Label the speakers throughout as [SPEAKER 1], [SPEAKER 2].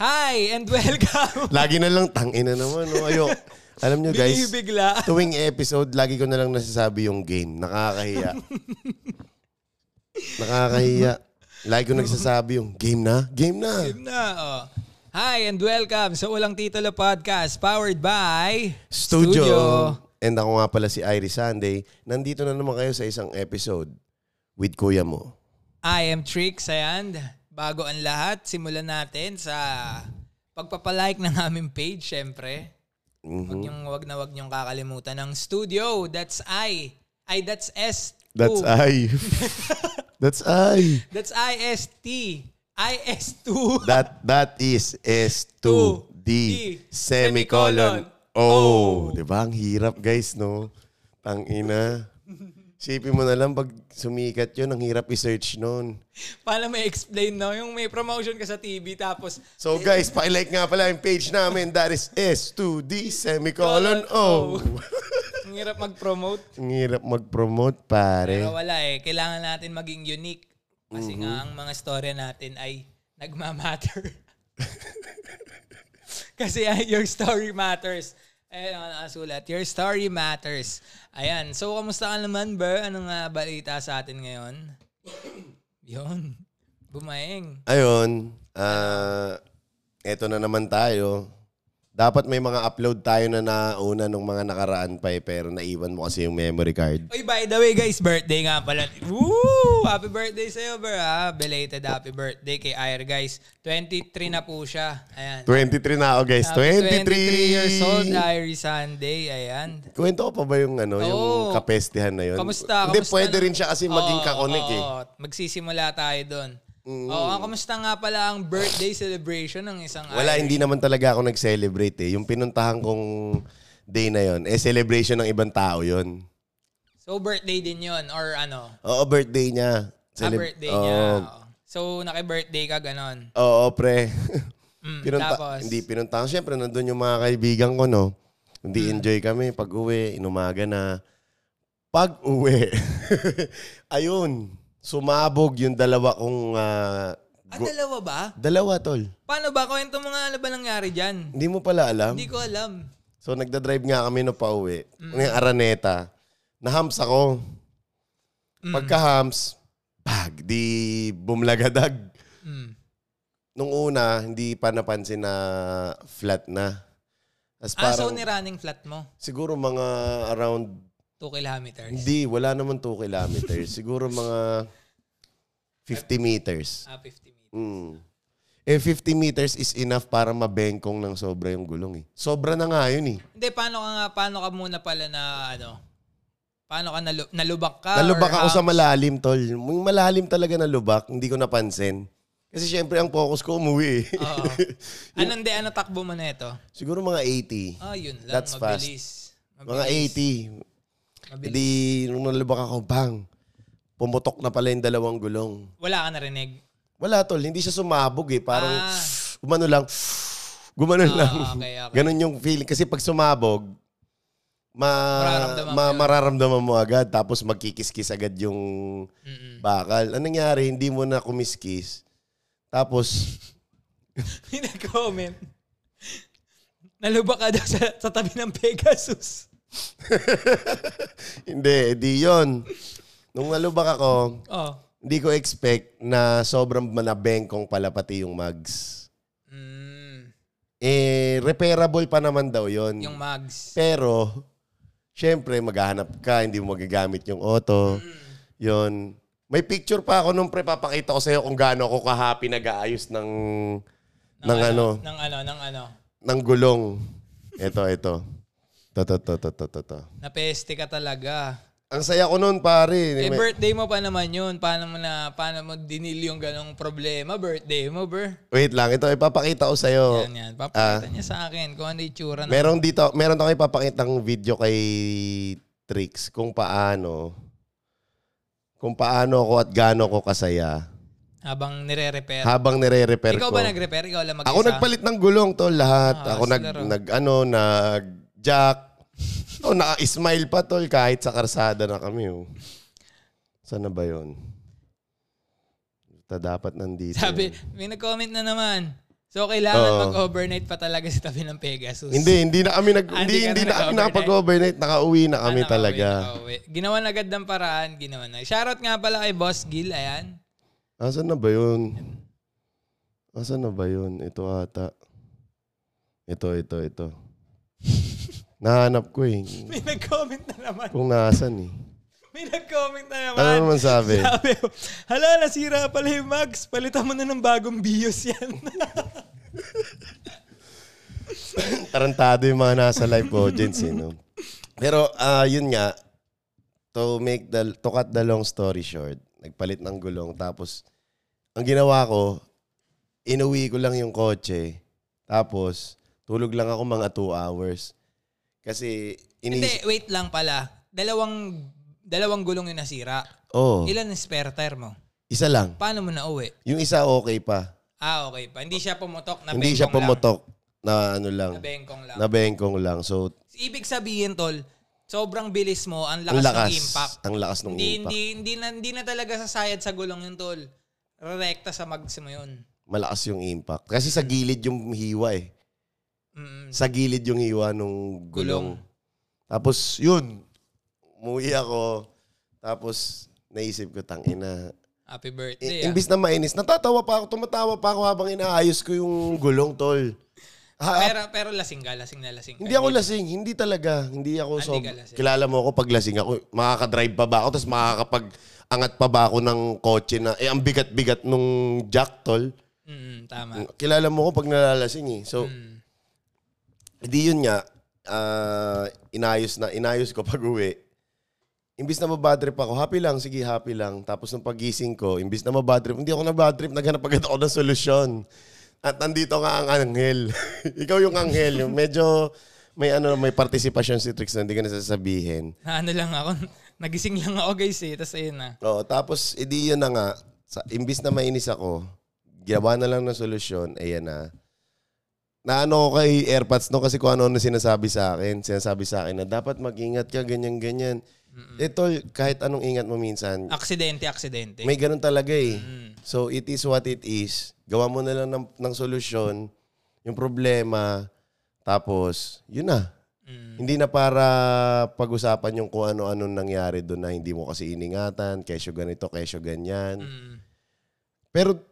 [SPEAKER 1] Hi and welcome!
[SPEAKER 2] Lagi na lang, tangina naman. No? Ayok. Alam nyo guys,
[SPEAKER 1] Binibigla.
[SPEAKER 2] tuwing episode, lagi ko na lang nasasabi yung game. Nakakahiya. Nakakahiya. Lagi ko nagsasabi yung game na, game na.
[SPEAKER 1] Yun na, oh. Hi and welcome sa Ulang Titulo Podcast powered by
[SPEAKER 2] Studio. And ako nga pala si Iris Sunday. Nandito na naman kayo sa isang episode with kuya mo.
[SPEAKER 1] I am Trix and bago ang lahat, simulan natin sa pagpapalike ng aming page, syempre. Huwag
[SPEAKER 2] Mhm.
[SPEAKER 1] niyong, wag na wag niyong kakalimutan ng studio. That's I. Ay, that's S.
[SPEAKER 2] That's I. That's I.
[SPEAKER 1] That's I-S-T. I-S-2.
[SPEAKER 2] That that is
[SPEAKER 1] Two,
[SPEAKER 2] S2D
[SPEAKER 1] D,
[SPEAKER 2] semicolon
[SPEAKER 1] semicolon, Oh.
[SPEAKER 2] O.
[SPEAKER 1] O.
[SPEAKER 2] 'Di ba? Ang hirap guys, no? Tangina. Sipin mo na lang pag sumikat 'yon, ang hirap i-search noon.
[SPEAKER 1] Paano may explain, no? Yung may promotion ka sa TV tapos
[SPEAKER 2] So guys, paki-like nga pala yung page namin. That is S2D semicolon
[SPEAKER 1] Oh.
[SPEAKER 2] O.
[SPEAKER 1] ang hirap mag-promote.
[SPEAKER 2] ang hirap mag-promote, pare.
[SPEAKER 1] Pero wala eh. Kailangan natin maging unique. Kasi nga ang mga story natin ay nagmamatter. Kasi ay, your story matters. Ayan ang nakasulat. Your story matters. Ayan. So, kamusta ka naman, ba? Anong nga balita sa atin ngayon? Yun. Bumaeng.
[SPEAKER 2] Ayun, ah, eto na naman tayo. Dapat may mga upload tayo na nauna nung mga nakaraan pa eh, pero naiwan mo kasi yung memory card.
[SPEAKER 1] Uy, by the way, guys, birthday nga pala. Woo! Happy birthday sa'yo, bro. Ha? Belated happy birthday kay Ayer, guys. 23 na po siya. Ayan.
[SPEAKER 2] 23 na ako, guys.
[SPEAKER 1] Happy
[SPEAKER 2] 23!
[SPEAKER 1] 23 years old, Diary Sunday. Ayan.
[SPEAKER 2] Kwento ko pa ba yung, ano, yung
[SPEAKER 1] Oo.
[SPEAKER 2] kapestihan na yun?
[SPEAKER 1] Kamusta?
[SPEAKER 2] Hindi,
[SPEAKER 1] Kamusta
[SPEAKER 2] pwede
[SPEAKER 1] na-
[SPEAKER 2] rin siya kasi maging
[SPEAKER 1] Oo,
[SPEAKER 2] kakonik eh. Mm.
[SPEAKER 1] oo. Magsisimula tayo doon. Oo, ang kamusta nga pala ang birthday celebration ng isang
[SPEAKER 2] Wala,
[SPEAKER 1] Irish?
[SPEAKER 2] hindi naman talaga ako nag-celebrate eh. Yung pinuntahan kong day na yon eh celebration ng ibang tao yon
[SPEAKER 1] So birthday din yon or ano?
[SPEAKER 2] Oo, birthday niya.
[SPEAKER 1] Celeb- Ah,
[SPEAKER 2] Celeb- oh.
[SPEAKER 1] birthday
[SPEAKER 2] Oo.
[SPEAKER 1] niya. Oo. So naki-birthday ka ganon.
[SPEAKER 2] Oo, pre.
[SPEAKER 1] Mm,
[SPEAKER 2] pinunta,
[SPEAKER 1] tapos?
[SPEAKER 2] Hindi pinunta. Siyempre, nandun yung mga kaibigan ko, no? Hindi
[SPEAKER 1] Mm.
[SPEAKER 2] enjoy kami. Pag uwi, inumaga na. Pag uwi, ayun, sumabog yung dalawa kong... ah,
[SPEAKER 1] Ah,
[SPEAKER 2] gu-
[SPEAKER 1] dalawa ba?
[SPEAKER 2] dalawa, tol.
[SPEAKER 1] Paano ba? Kwento mo nga ano ba nangyari dyan?
[SPEAKER 2] Hindi mo pala alam.
[SPEAKER 1] Hindi Mm. ko alam.
[SPEAKER 2] So, nagdadrive nga kami no pauwi. Ng Araneta. Nahams ako.
[SPEAKER 1] Mm.
[SPEAKER 2] Pagka-hams, bag, di bumlagadag.
[SPEAKER 1] Mm.
[SPEAKER 2] Nung una, hindi pa napansin na flat na. As
[SPEAKER 1] Ah,
[SPEAKER 2] parang,
[SPEAKER 1] so ni running flat mo?
[SPEAKER 2] siguro mga around,
[SPEAKER 1] 2 kilometers.
[SPEAKER 2] hindi, wala naman 2 kilometers. siguro mga 50 meters.
[SPEAKER 1] Ah, 50 meters.
[SPEAKER 2] Mm. Eh, 50 meters is enough para mabengkong ng sobra yung gulong eh. Sobra na nga yun eh.
[SPEAKER 1] Hindi, paano ka nga, paano ka muna pala na ano? Paano ka nalu- nalubak ka?
[SPEAKER 2] Nalubak
[SPEAKER 1] or
[SPEAKER 2] ako
[SPEAKER 1] how-
[SPEAKER 2] sa malalim, tol. Yung malalim talaga nalubak, hindi ko napansin. Kasi syempre, ang focus ko umuwi eh.
[SPEAKER 1] Oo. Anong de, ano takbo mo na ito?
[SPEAKER 2] Siguro mga 80.
[SPEAKER 1] Ah, yun lang.
[SPEAKER 2] That's fast.
[SPEAKER 1] mabilis.
[SPEAKER 2] mga
[SPEAKER 1] Mabilis.
[SPEAKER 2] 80.
[SPEAKER 1] Mabilis.
[SPEAKER 2] Hindi, nung nalubak ako, bang! Pumutok na pala yung dalawang gulong.
[SPEAKER 1] Wala ka narinig.
[SPEAKER 2] Wala, tol. Hindi siya sumabog eh. Parang,
[SPEAKER 1] Ah.
[SPEAKER 2] gumano lang. Gumano lang.
[SPEAKER 1] okay, okay.
[SPEAKER 2] Ganun yung feeling. Kasi pag sumabog, ma,
[SPEAKER 1] Mararamdaman
[SPEAKER 2] ma-
[SPEAKER 1] mo yun.
[SPEAKER 2] mararamdaman mo agad. Tapos magkikis-kis agad yung
[SPEAKER 1] Mm-mm.
[SPEAKER 2] bakal. Anong nangyari? Hindi mo na kumiskis. Tapos,
[SPEAKER 1] May nag-comment. Nalubak ka daw sa, sa tabi ng Pegasus.
[SPEAKER 2] hindi, di yon. Nung nalubak ako,
[SPEAKER 1] Oh.
[SPEAKER 2] hindi ko expect na sobrang manabengkong pala pati yung mags.
[SPEAKER 1] Mm,
[SPEAKER 2] Eh, repairable pa naman daw yon.
[SPEAKER 1] yung mags.
[SPEAKER 2] Pero, syempre, maghahanap ka, hindi mo magagamit yung auto. Yun. May picture pa ako nung pre, papakita ko sa'yo kung gaano ako kahapi nag-aayos ng, ng, ano,
[SPEAKER 1] Nang ano, nang ano.
[SPEAKER 2] ng gulong. Ito, ito. To, to, to, to, to, to, to.
[SPEAKER 1] Napeste ka talaga.
[SPEAKER 2] Ang saya ko nun, pare.
[SPEAKER 1] Eh,
[SPEAKER 2] May-
[SPEAKER 1] birthday mo pa naman yun. Paano mo na, paano mo dinil yung ganong problema? Birthday mo, bro.
[SPEAKER 2] Wait lang, ito ipapakita ko sa'yo.
[SPEAKER 1] Yan, yan. Papakita
[SPEAKER 2] Ah.
[SPEAKER 1] niya sa akin kung ano yung tsura ng...
[SPEAKER 2] Meron dito, meron ako ipapakitang video kay Trix kung paano kung paano ako at gaano ko kasaya
[SPEAKER 1] habang nire-repair.
[SPEAKER 2] habang nire-repair
[SPEAKER 1] Ikaw
[SPEAKER 2] ko.
[SPEAKER 1] ba nag-repair? Ikaw lang mag-isa?
[SPEAKER 2] ako nagpalit ng gulong tol lahat.
[SPEAKER 1] Ah,
[SPEAKER 2] ako
[SPEAKER 1] sa
[SPEAKER 2] nag
[SPEAKER 1] laro.
[SPEAKER 2] nag ano nag jack. oh, naka-smile pa tol kahit sa karsada na kami oh. Sana ba 'yon? Ta dapat nandito.
[SPEAKER 1] Sabi,
[SPEAKER 2] yun.
[SPEAKER 1] may nag-comment na naman. So, kailangan
[SPEAKER 2] Oo.
[SPEAKER 1] mag-overnight pa talaga sa tabi ng Pegasus.
[SPEAKER 2] Hindi, hindi na kami nag
[SPEAKER 1] Ah,
[SPEAKER 2] hindi,
[SPEAKER 1] hindi ka na
[SPEAKER 2] hindi na kami
[SPEAKER 1] nag-overnight?
[SPEAKER 2] nakapag-overnight. Nakauwi na kami
[SPEAKER 1] Ah, nakauwi,
[SPEAKER 2] talaga.
[SPEAKER 1] nakauwi. Ginawa na agad ng paraan, ginawa na. Shoutout nga pala kay Boss Gil, ayan.
[SPEAKER 2] Asan na ba yun? Asan na ba yun? Ito ata. Ito, ito, ito. Nahanap ko eh.
[SPEAKER 1] May nag-comment na naman.
[SPEAKER 2] Kung nasan eh.
[SPEAKER 1] May nag-comment na naman.
[SPEAKER 2] Ano naman sabi?
[SPEAKER 1] Sabi ko, hala, nasira pala yung Max. Palitan mo na ng bagong BIOS yan.
[SPEAKER 2] Tarantado yung mga nasa live audience eh. No? Pero ah, yun nga, to make the, to cut the long story short, nagpalit ng gulong tapos ang ginawa ko, inuwi ko lang yung kotse. Tapos, tulog lang ako mga 2 hours. Kasi,
[SPEAKER 1] Hindi,
[SPEAKER 2] inis...
[SPEAKER 1] wait lang pala. Dalawang dalawang gulong yung nasira.
[SPEAKER 2] Oh,
[SPEAKER 1] Ilan ang spare tire mo?
[SPEAKER 2] isa lang.
[SPEAKER 1] Paano mo nauwi?
[SPEAKER 2] Yung isa okay pa.
[SPEAKER 1] Ah, okay pa. Hindi siya pumutok na
[SPEAKER 2] Hindi siya
[SPEAKER 1] bengkong
[SPEAKER 2] pumutok na ano
[SPEAKER 1] Lang.
[SPEAKER 2] lang.
[SPEAKER 1] Na bengkong lang.
[SPEAKER 2] Na bengkong lang. So,
[SPEAKER 1] Ibig sabihin, tol, sobrang bilis mo, ang
[SPEAKER 2] ang
[SPEAKER 1] lakas,
[SPEAKER 2] lakas.
[SPEAKER 1] ng impact.
[SPEAKER 2] Ang lakas ng
[SPEAKER 1] Hindi,
[SPEAKER 2] impact.
[SPEAKER 1] hindi, hindi, na, hindi na talaga sasayad sa gulong yun, tol. Rekta sa mags mo yun.
[SPEAKER 2] Malakas yung impact. Kasi sa gilid yung hiwa eh.
[SPEAKER 1] Mm.
[SPEAKER 2] sa gilid yung hiwa nung gulong.
[SPEAKER 1] Gulong.
[SPEAKER 2] Tapos yun, umuwi ako. Tapos naisip ko, tangina.
[SPEAKER 1] Happy
[SPEAKER 2] I-
[SPEAKER 1] birthday. ah.
[SPEAKER 2] Imbis na mainis, natatawa pa ako, tumatawa pa ako habang inaayos ko yung gulong, tol. Ha-
[SPEAKER 1] Pero, pero lasing ka, lasing na lasing. ka.
[SPEAKER 2] hindi ako lasing, hindi talaga. Hindi ako
[SPEAKER 1] Ah, Hindi
[SPEAKER 2] so...
[SPEAKER 1] ka lasing.
[SPEAKER 2] Kilala mo ako pag lasing ako, makakadrive pa ba ako, tapos makakapag-angat pa ba ako ng kotse na... Eh, ang bigat-bigat nung jack, tol.
[SPEAKER 1] Mm, tama. Mm.
[SPEAKER 2] Kilala mo ko pag nalalasing eh. So, di yun nga, ah, inayos na, inayos ko pag uwi. Imbis na mabadrip ako, happy lang, sige, happy lang. Tapos nung pagising ko, imbis na mabadrip, hindi ako nabadrip, naghanap agad ako ng solusyon. At nandito nga ang anghel. Ikaw yung anghel, yung medyo may ano may participation si Trix na hindi ko nasasabihin.
[SPEAKER 1] Na ano lang ako, nagising lang ako guys eh. Tapos ayun na.
[SPEAKER 2] Oo, tapos edi yun na nga, sa, imbis na mainis ako, ginawa na lang ng solusyon, ayan na. Naano ko kay AirPods no kasi kung ano-ano sinasabi sa akin. Sinasabi sa akin na dapat mag-ingat ka, ganyan-ganyan. Eh tol, kahit anong ingat mo minsan,
[SPEAKER 1] Ah, Aksidente, aksidente.
[SPEAKER 2] may ganun talaga eh.
[SPEAKER 1] Mm.
[SPEAKER 2] So it is what it is. Gawa mo na lang ng, ng solusyon, yung problema, tapos yun na.
[SPEAKER 1] Mm.
[SPEAKER 2] Hindi na para pag-usapan yung kung ano-ano nangyari doon na hindi mo kasi iningatan, kesyo ganito, kesyo ganyan.
[SPEAKER 1] Mm.
[SPEAKER 2] Pero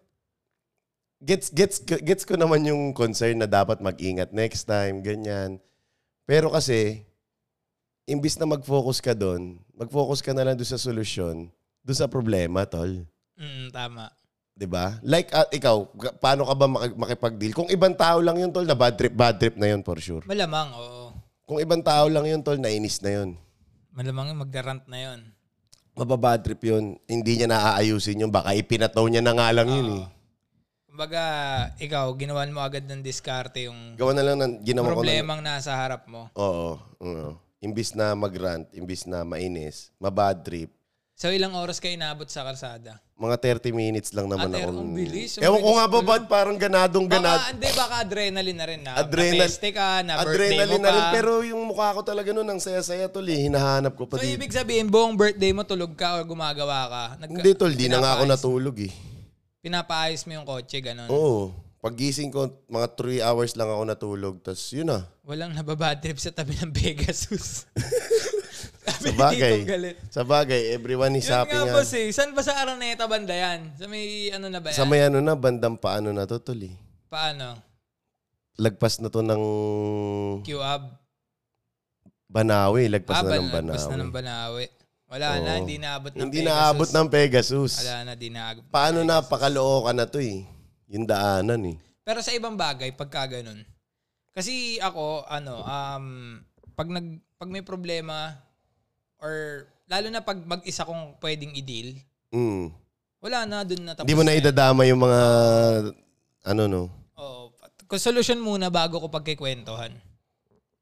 [SPEAKER 2] gets gets gets ko naman yung concern na dapat mag-ingat next time, ganyan. Pero kasi imbis na mag-focus ka doon, mag-focus ka na lang doon sa solusyon, doon sa problema, tol.
[SPEAKER 1] Mm, tama.
[SPEAKER 2] 'Di ba? Like ah, ikaw, ga- paano ka ba maki- makipag-deal? Kung ibang tao lang yun, tol, na bad trip, bad trip na yun for sure.
[SPEAKER 1] Malamang, oo.
[SPEAKER 2] Kung ibang tao lang yun, tol, nainis na yun.
[SPEAKER 1] Malamang yung magdarant na yun.
[SPEAKER 2] Mababad trip yun. Hindi niya naaayusin yun. Baka ipinataw niya na nga lang
[SPEAKER 1] Ah.
[SPEAKER 2] yun eh.
[SPEAKER 1] Kumbaga, ikaw, ginawan mo agad ng diskarte yung
[SPEAKER 2] Gawa na lang ng ginawa ko na
[SPEAKER 1] problemang nasa harap mo.
[SPEAKER 2] Oo. oo. Imbis na mag-rant, imbis na mainis, mabad trip,
[SPEAKER 1] So, ilang oras ka inabot sa kalsada?
[SPEAKER 2] mga 30 minutes lang naman
[SPEAKER 1] Ah, ter-
[SPEAKER 2] ako.
[SPEAKER 1] ang bilis, ang
[SPEAKER 2] Ewan ko
[SPEAKER 1] bilis
[SPEAKER 2] nga ba,
[SPEAKER 1] ko
[SPEAKER 2] bad, parang ganadong ganad.
[SPEAKER 1] Baka, hindi, baka adrenaline na rin na.
[SPEAKER 2] Adrenal-
[SPEAKER 1] Napeste ka, na birthday mo
[SPEAKER 2] Adrenaline
[SPEAKER 1] pa.
[SPEAKER 2] na rin. Pero yung mukha ko talaga noon, ang saya-saya tol eh. Hinahanap ko
[SPEAKER 1] so,
[SPEAKER 2] pa dito.
[SPEAKER 1] ibig sabihin, buong birthday mo tulog ka o gumagawa ka. Nagka-
[SPEAKER 2] Hindi tol, di na nga ako Oh.
[SPEAKER 1] pinapaayos-
[SPEAKER 2] natulog eh.
[SPEAKER 1] Pinapaayos mo yung kotse, ganun.
[SPEAKER 2] Oo. Pagising ko, mga 3 hours lang ako natulog. Tapos yun ah.
[SPEAKER 1] Walang nababad trip sa tabi ng Pegasus. Sabi
[SPEAKER 2] Sa
[SPEAKER 1] ni
[SPEAKER 2] bagay.
[SPEAKER 1] Tito galit.
[SPEAKER 2] Sa bagay, everyone is
[SPEAKER 1] Yun
[SPEAKER 2] happy
[SPEAKER 1] nga
[SPEAKER 2] nga.
[SPEAKER 1] boss eh. Saan ba sa Araneta banda yan? Sa may ano na ba yan?
[SPEAKER 2] Sa may ano na, bandang paano na to tol eh.
[SPEAKER 1] Paano?
[SPEAKER 2] Lagpas na to ng
[SPEAKER 1] QAB?
[SPEAKER 2] Banawi.
[SPEAKER 1] Ah,
[SPEAKER 2] Lagpas na ng
[SPEAKER 1] ban- lagpas
[SPEAKER 2] Banawi.
[SPEAKER 1] na ng Banawi. Wala na, hindi naabot ng
[SPEAKER 2] Hindi
[SPEAKER 1] Pegasus.
[SPEAKER 2] naabot ng Pegasus.
[SPEAKER 1] Wala na, di naabot.
[SPEAKER 2] Paano na pakalookan na to eh? Yung daanan eh.
[SPEAKER 1] Pero sa ibang bagay, pagka ganun. Kasi ako, ano, um, pag, nag, pag may problema, or lalo na pag mag-isa kong pwedeng i-deal,
[SPEAKER 2] Mm.
[SPEAKER 1] wala na, dun na tapos.
[SPEAKER 2] Hindi mo na idadama yung mga ano no.
[SPEAKER 1] Oo. Kung solution Oh, muna bago ko pagkikwentuhan.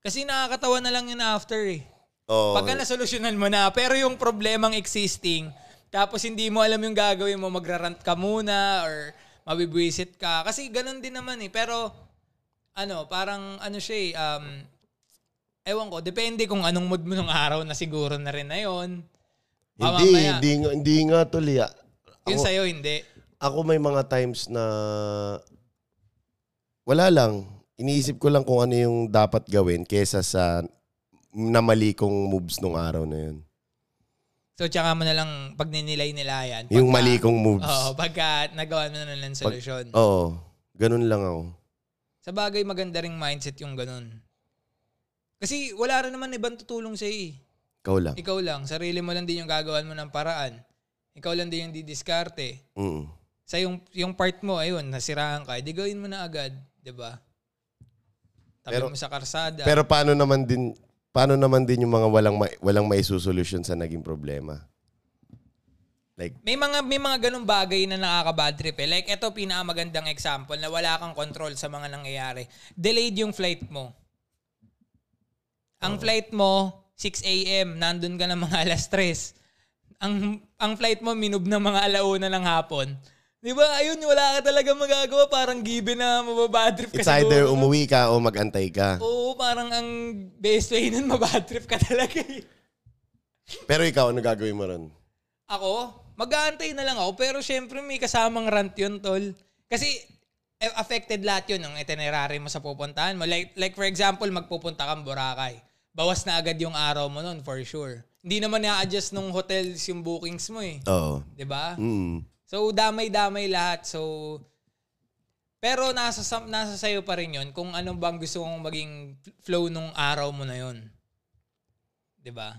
[SPEAKER 1] Kasi nakakatawa na lang yun after eh.
[SPEAKER 2] Oh,
[SPEAKER 1] Pagka nasolusyonan mo na, pero yung problemang existing, tapos hindi mo alam yung gagawin mo, magrarant ka muna or mabibwisit ka. Kasi ganun din naman eh. Pero ano, parang ano siya eh, um, ewan ko, depende kung anong mood mo nung araw na siguro na rin na yun. Baka Ah,
[SPEAKER 2] hindi,
[SPEAKER 1] mamaya.
[SPEAKER 2] hindi, nga- hindi nga tol. eh.
[SPEAKER 1] Yun
[SPEAKER 2] Ako,
[SPEAKER 1] sa'yo, hindi.
[SPEAKER 2] ako may mga times na wala lang. Iniisip ko lang kung ano yung dapat gawin kesa sa namali kong moves nung araw na yun.
[SPEAKER 1] So, tsaka mo na lang pag ninilay-nilayan.
[SPEAKER 2] Yung
[SPEAKER 1] pagka-
[SPEAKER 2] mali kong moves.
[SPEAKER 1] Oo, pagka nagawa mo na lang ng solusyon.
[SPEAKER 2] Oo. Ganun lang ako.
[SPEAKER 1] Sa bagay, maganda ring mindset yung ganun. Kasi wala rin naman ibang tutulong sa'yo eh.
[SPEAKER 2] Ikaw lang.
[SPEAKER 1] Ikaw lang, sarili mo lang din yung gagawan mo ng paraan. Ikaw lang din yung didiskarte.
[SPEAKER 2] Mm.
[SPEAKER 1] Sa yung, yung part mo, ayun, nasiraan ka, edi gawin mo na agad, di ba? Tabi
[SPEAKER 2] Pero-
[SPEAKER 1] mo sa karsada.
[SPEAKER 2] Pero paano naman din paano naman din yung mga walang ma- walang maisusolusyon sa naging problema? Like,
[SPEAKER 1] may mga may mga ganung bagay na nakaka-bad trip eh. Like ito pinakamagandang example na wala kang control sa mga nangyayari. Delayed yung flight mo. Ang flight mo 6 AM, nandun ka ng mga alas 3. Ang ang flight mo minub ng mga alauna ng hapon. 'Di ba? Ayun, wala ka talaga magagawa, parang given na mababadrip ka
[SPEAKER 2] it's either
[SPEAKER 1] siguro.
[SPEAKER 2] umuwi ka o magantay ka.
[SPEAKER 1] Oo, parang ang best way nun mabadrip ka talaga. eh.
[SPEAKER 2] Pero ikaw, ano gagawin mo ron?
[SPEAKER 1] Ako, mag-aantay na lang ako. Pero syempre may kasamang rant yun, tol. Kasi eh, affected lahat yun ng itinerary mo sa pupuntahan mo. Like, like for example, magpupunta kang Boracay. Bawas na agad yung araw mo nun, for sure. Hindi naman na-adjust nung hotels yung bookings mo eh.
[SPEAKER 2] Oo.
[SPEAKER 1] 'Di ba?
[SPEAKER 2] Mm.
[SPEAKER 1] So, damay-damay lahat. So, pero nasa, sa- nasa sayo pa rin yun kung ano bang gusto mong maging flow nung araw mo na yun. 'Di ba?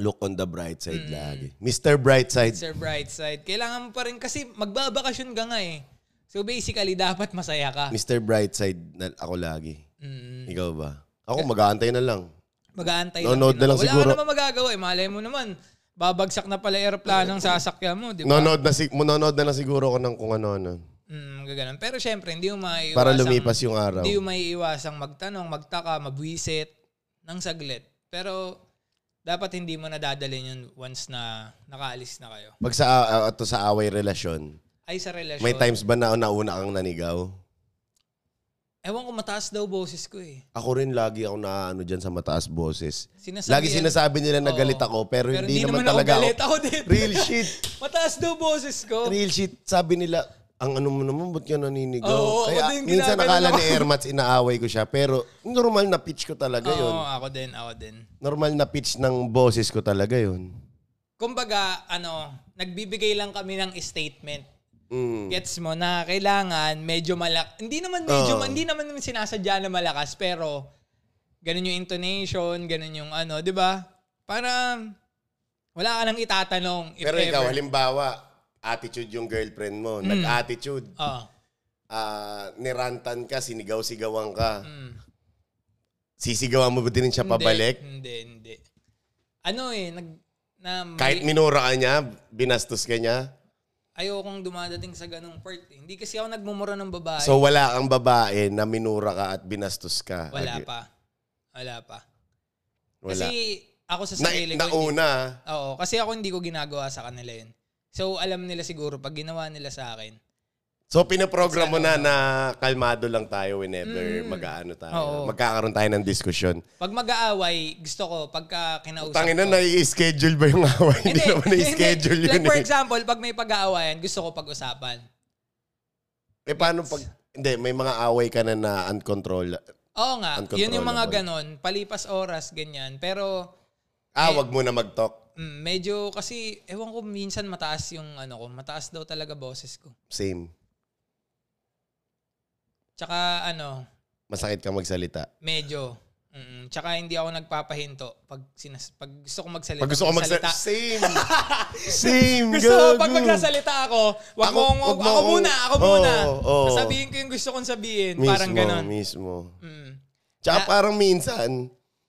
[SPEAKER 2] Look on the bright side
[SPEAKER 1] Mm.
[SPEAKER 2] lagi. Mr. Bright Side.
[SPEAKER 1] Sir Brightside. Kailangan mo pa rin kasi magbabakasyon ka nga eh. So basically, dapat masaya ka.
[SPEAKER 2] Mr. Bright Side na ako lagi.
[SPEAKER 1] Mm,
[SPEAKER 2] Ikaw ba? Ako, mag-aantay na lang.
[SPEAKER 1] mag-aantay
[SPEAKER 2] Nanonood na lang
[SPEAKER 1] Wala
[SPEAKER 2] siguro.
[SPEAKER 1] ka naman magagawa eh. Malay mo naman, babagsak na pala aeroplano ang sasakyan mo, di ba?
[SPEAKER 2] Nanonood na, si- nanonood na lang siguro ako ng kung ano-ano.
[SPEAKER 1] Mm, gaganon. Pero syempre, hindi mo maiiwasang...
[SPEAKER 2] Para lumipas yung araw.
[SPEAKER 1] Hindi mo maiiwasang magtanong, magtaka, mabwisit ng saglit. Pero dapat hindi mo nadadalhin yun once na nakaalis na kayo.
[SPEAKER 2] Pag sa, a- a- to sa away relasyon,
[SPEAKER 1] Ay sa relasyon.
[SPEAKER 2] may times ba na nauna kang nanigaw?
[SPEAKER 1] Ewan ko, mataas daw boses ko eh.
[SPEAKER 2] Ako rin lagi ako naano dyan sa mataas boses.
[SPEAKER 1] Sinasabi
[SPEAKER 2] Lagi sinasabi nila na
[SPEAKER 1] Oo.
[SPEAKER 2] galit ako pero,
[SPEAKER 1] Pero
[SPEAKER 2] hindi, naman,
[SPEAKER 1] ako
[SPEAKER 2] talaga
[SPEAKER 1] galit.
[SPEAKER 2] ako.
[SPEAKER 1] Ako din.
[SPEAKER 2] Real shit.
[SPEAKER 1] Mataas daw boses ko.
[SPEAKER 2] Real shit. Sabi nila, ang ano mo naman, ba't ka naninigaw?
[SPEAKER 1] Oo, ako
[SPEAKER 2] Kaya
[SPEAKER 1] din,
[SPEAKER 2] minsan
[SPEAKER 1] ginaganon
[SPEAKER 2] nakala
[SPEAKER 1] ako.
[SPEAKER 2] ni Ermats, inaaway ko siya. Pero normal na pitch ko talaga
[SPEAKER 1] Oo,
[SPEAKER 2] yun.
[SPEAKER 1] ako din, ako din.
[SPEAKER 2] Normal na pitch ng boses ko talaga yun.
[SPEAKER 1] Kumbaga, ano, nagbibigay lang kami ng statement.
[SPEAKER 2] Mm.
[SPEAKER 1] Gets mo na kailangan medyo malak... Hindi naman medyo,
[SPEAKER 2] Oo.
[SPEAKER 1] hindi naman naman sinasadya na malakas, pero ganun yung intonation, ganun yung ano, di ba? Para wala ka nang itatanong if
[SPEAKER 2] Pero
[SPEAKER 1] ever. Mm.
[SPEAKER 2] ikaw, halimbawa, attitude yung girlfriend mo. Nag-attitude.
[SPEAKER 1] Oo.
[SPEAKER 2] ah, nirantan ka, sinigaw-sigawan ka.
[SPEAKER 1] Mm.
[SPEAKER 2] Sisigawan mo ba din siya pabalik?
[SPEAKER 1] Hindi, hindi. Ano eh, nag... Na, may-
[SPEAKER 2] Kahit minura ka niya, binastos ka niya.
[SPEAKER 1] ayokong dumadating sa ganung part. eh. Hindi kasi ako nagmumura ng babae.
[SPEAKER 2] So wala kang babae na minura ka at binastos ka.
[SPEAKER 1] wala
[SPEAKER 2] Ag-
[SPEAKER 1] pa. Wala pa.
[SPEAKER 2] Wala.
[SPEAKER 1] Kasi ako sa
[SPEAKER 2] na,
[SPEAKER 1] sarili ko. eh. hindi-
[SPEAKER 2] nauna.
[SPEAKER 1] Oo, kasi ako hindi ko ginagawa sa kanila yun. So alam nila siguro pag ginawa nila sa akin.
[SPEAKER 2] So pinaprogram mo na na kalmado lang tayo whenever mag-aano tayo.
[SPEAKER 1] Hmm. Oo.
[SPEAKER 2] Magkakaroon tayo ng diskusyon.
[SPEAKER 1] Pag mag-aaway, gusto ko pagka kinausap
[SPEAKER 2] Tangin na,
[SPEAKER 1] ko.
[SPEAKER 2] nai-schedule ba yung away? Hindi naman nai-schedule
[SPEAKER 1] hindi.
[SPEAKER 2] yun
[SPEAKER 1] Like for
[SPEAKER 2] eh.
[SPEAKER 1] example, pag may pag-aawayan, gusto ko pag-usapan.
[SPEAKER 2] Eh paano pag... Hindi, may mga away ka na na uncontrolled.
[SPEAKER 1] Oo nga, yun yung mga
[SPEAKER 2] Uncontrollable.
[SPEAKER 1] ganon. Palipas oras, ganyan. Pero
[SPEAKER 2] Ah, wag mo na mag-talk.
[SPEAKER 1] mm, medyo kasi, ewan ko, minsan mataas yung ano ko. Mataas daw talaga boses ko.
[SPEAKER 2] Same.
[SPEAKER 1] Tsaka ano,
[SPEAKER 2] Masakit ka magsalita.
[SPEAKER 1] Medyo. Mm, tsaka hindi ako nagpapahinto pag sinas pag gusto ko magsalita.
[SPEAKER 2] Pag gusto ko magsalita.
[SPEAKER 1] magsalita.
[SPEAKER 2] Same. Same.
[SPEAKER 1] Gusto ko pag
[SPEAKER 2] gago.
[SPEAKER 1] magsasalita ako, wag
[SPEAKER 2] Ako-
[SPEAKER 1] mo, ako,
[SPEAKER 2] wag mo
[SPEAKER 1] ako
[SPEAKER 2] akong-
[SPEAKER 1] muna, ako
[SPEAKER 2] Oo,
[SPEAKER 1] muna.
[SPEAKER 2] oo.
[SPEAKER 1] Sasabihin ko yung gusto kong sabihin,
[SPEAKER 2] Mismo,
[SPEAKER 1] parang ganun.
[SPEAKER 2] mismo.
[SPEAKER 1] Mm.
[SPEAKER 2] Tsaka parang minsan,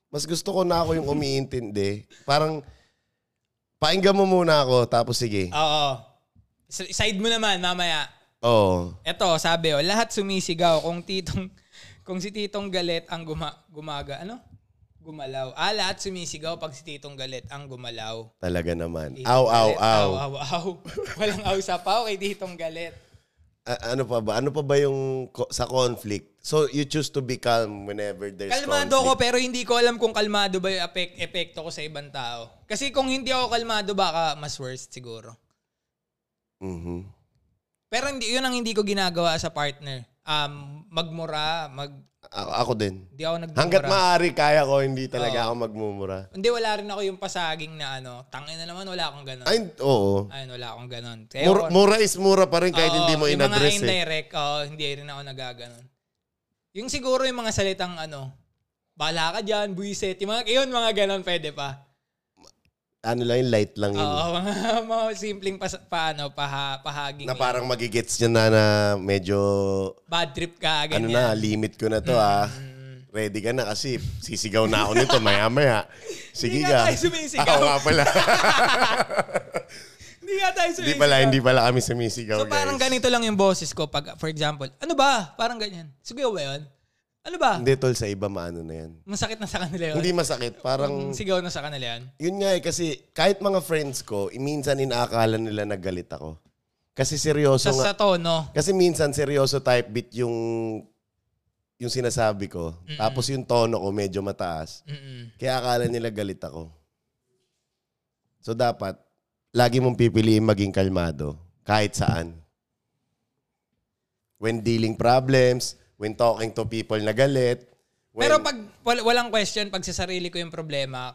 [SPEAKER 2] mas gusto ko na ako yung umiintindi. Parang, painggan mo muna ako, tapos sige.
[SPEAKER 1] Oo. S- Side mo naman mamaya.
[SPEAKER 2] Oo.
[SPEAKER 1] Eto, sabi oh, lahat sumisigaw kung titong kung si Titong Galit ang guma, gumaga, ano? Gumalaw. Ah, lahat sumisigaw pag si Titong Galit ang gumalaw.
[SPEAKER 2] Talaga naman. Aw, aw,
[SPEAKER 1] Galit,
[SPEAKER 2] aw.
[SPEAKER 1] Aw, aw, aw. Walang aw sa pao kay Titong Galit.
[SPEAKER 2] A- ano pa ba? Ano pa ba yung ko- sa conflict? So, you choose to be calm whenever there's
[SPEAKER 1] Kalmado ko
[SPEAKER 2] conflict.
[SPEAKER 1] pero hindi ko alam kung kalmado ba yung epek- epekto ko sa ibang tao. Kasi kung hindi ako kalmado baka mas worst siguro.
[SPEAKER 2] Mhm.
[SPEAKER 1] Pero hindi, yun ang hindi ko ginagawa sa partner. um, magmura, mag,
[SPEAKER 2] A- ako din.
[SPEAKER 1] di ako nagmumura.
[SPEAKER 2] Hanggat maaari, kaya ko, hindi talaga ako magmumura.
[SPEAKER 1] Hindi, wala rin ako yung pasaging na ano, tangin na naman, wala akong ganun.
[SPEAKER 2] Ay, oo.
[SPEAKER 1] Ayun, wala akong ganun. Kaya
[SPEAKER 2] Mura,
[SPEAKER 1] ako-
[SPEAKER 2] mura is mura pa rin
[SPEAKER 1] Eh, oh.
[SPEAKER 2] kahit
[SPEAKER 1] Oo,
[SPEAKER 2] hindi mo
[SPEAKER 1] yung
[SPEAKER 2] in-address
[SPEAKER 1] mga
[SPEAKER 2] eh.
[SPEAKER 1] indirect, oo, hindi rin ako nagaganon. Yung siguro yung mga salitang ano, bala ka dyan, buwiset, yung mga, yun, mga ganon, pwede pa.
[SPEAKER 2] Ano lang yun, light lang yun.
[SPEAKER 1] Oo, mga, mga simpleng pas, paano, paha, pahaging.
[SPEAKER 2] na parang magigets niya na na medyo,
[SPEAKER 1] bad trip ka, ganyan. Mm.
[SPEAKER 2] ano na, limit ko na to ah. Ready ka na kasi sisigaw na ako nito maya-maya. Sige
[SPEAKER 1] Hindi
[SPEAKER 2] ka.
[SPEAKER 1] nga tayo sumisigaw.
[SPEAKER 2] Oo nga pala.
[SPEAKER 1] Hindi nga tayo
[SPEAKER 2] hindi
[SPEAKER 1] sumisigaw.
[SPEAKER 2] pala, hindi pala kami sumisigaw
[SPEAKER 1] So
[SPEAKER 2] guys.
[SPEAKER 1] parang ganito lang yung boses ko pag, for example, ano ba? Parang ganyan. Sigaw ba yun? Ano ba?
[SPEAKER 2] Hindi tol, sa iba maano na yan.
[SPEAKER 1] Masakit na sa kanila yun. Mm,
[SPEAKER 2] Hindi masakit. Parang,
[SPEAKER 1] Sigaw na sa kanila yun.
[SPEAKER 2] yun nga eh, kasi kahit mga friends ko, eh, minsan inaakala nila nagalit ako. Kasi seryoso
[SPEAKER 1] Sa,
[SPEAKER 2] nga.
[SPEAKER 1] sa tono.
[SPEAKER 2] Kasi minsan seryoso type beat yung yung sinasabi ko. Tapos yung tono ko medyo mataas.
[SPEAKER 1] Mm-mm.
[SPEAKER 2] Kaya akala nila galit ako. So dapat, lagi mong pipiliin maging kalmado. Kahit saan. When dealing problems, when talking to people na galit, when,
[SPEAKER 1] Pero pag wal- walang question, pag sa sarili ko yung problema,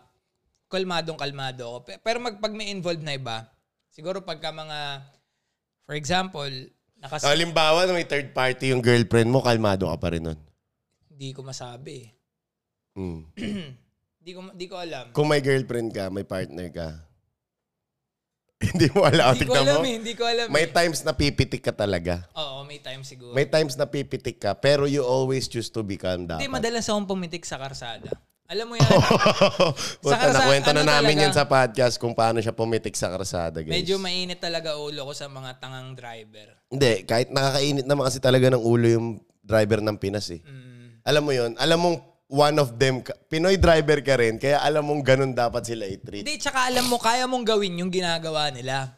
[SPEAKER 1] kalmadong kalmado ako. Pe- Pero mag, pag may involved na iba, siguro pagka mga, for example, nakas-
[SPEAKER 2] Halimbawa, may third party yung girlfriend mo, kalmado ka pa rin nun.
[SPEAKER 1] hindi ko masabi. eh.
[SPEAKER 2] Mm.
[SPEAKER 1] Hindi ko, hindi ko alam.
[SPEAKER 2] Kung may girlfriend ka, may partner ka, hindi mo alam.
[SPEAKER 1] Hindi ko
[SPEAKER 2] Ah, Tignan
[SPEAKER 1] alam
[SPEAKER 2] mo.
[SPEAKER 1] eh, hindi ko alam eh.
[SPEAKER 2] May times na pipitik ka talaga.
[SPEAKER 1] Oo, may time siguro.
[SPEAKER 2] May times na pipitik ka, pero you always choose to be calm
[SPEAKER 1] Hindi,
[SPEAKER 2] dapat.
[SPEAKER 1] madalas akong pumitik sa karsada. Alam mo yan,
[SPEAKER 2] Oh, Puta
[SPEAKER 1] Sa-
[SPEAKER 2] na,
[SPEAKER 1] sa-
[SPEAKER 2] kwento na
[SPEAKER 1] ano
[SPEAKER 2] namin
[SPEAKER 1] talaga?
[SPEAKER 2] yan sa podcast kung paano siya pumitik sa karsada, guys.
[SPEAKER 1] medyo mainit talaga ulo ko sa mga tangang driver.
[SPEAKER 2] Hindi, kahit nakakainit naman kasi talaga ng ulo yung driver ng Pinas eh.
[SPEAKER 1] Mm.
[SPEAKER 2] Alam mo yon alam mong one of them, ka- Pinoy driver ka rin, kaya alam mong ganun dapat sila eh, i-treat.
[SPEAKER 1] Hindi, tsaka alam mo, kaya mong gawin yung ginagawa nila.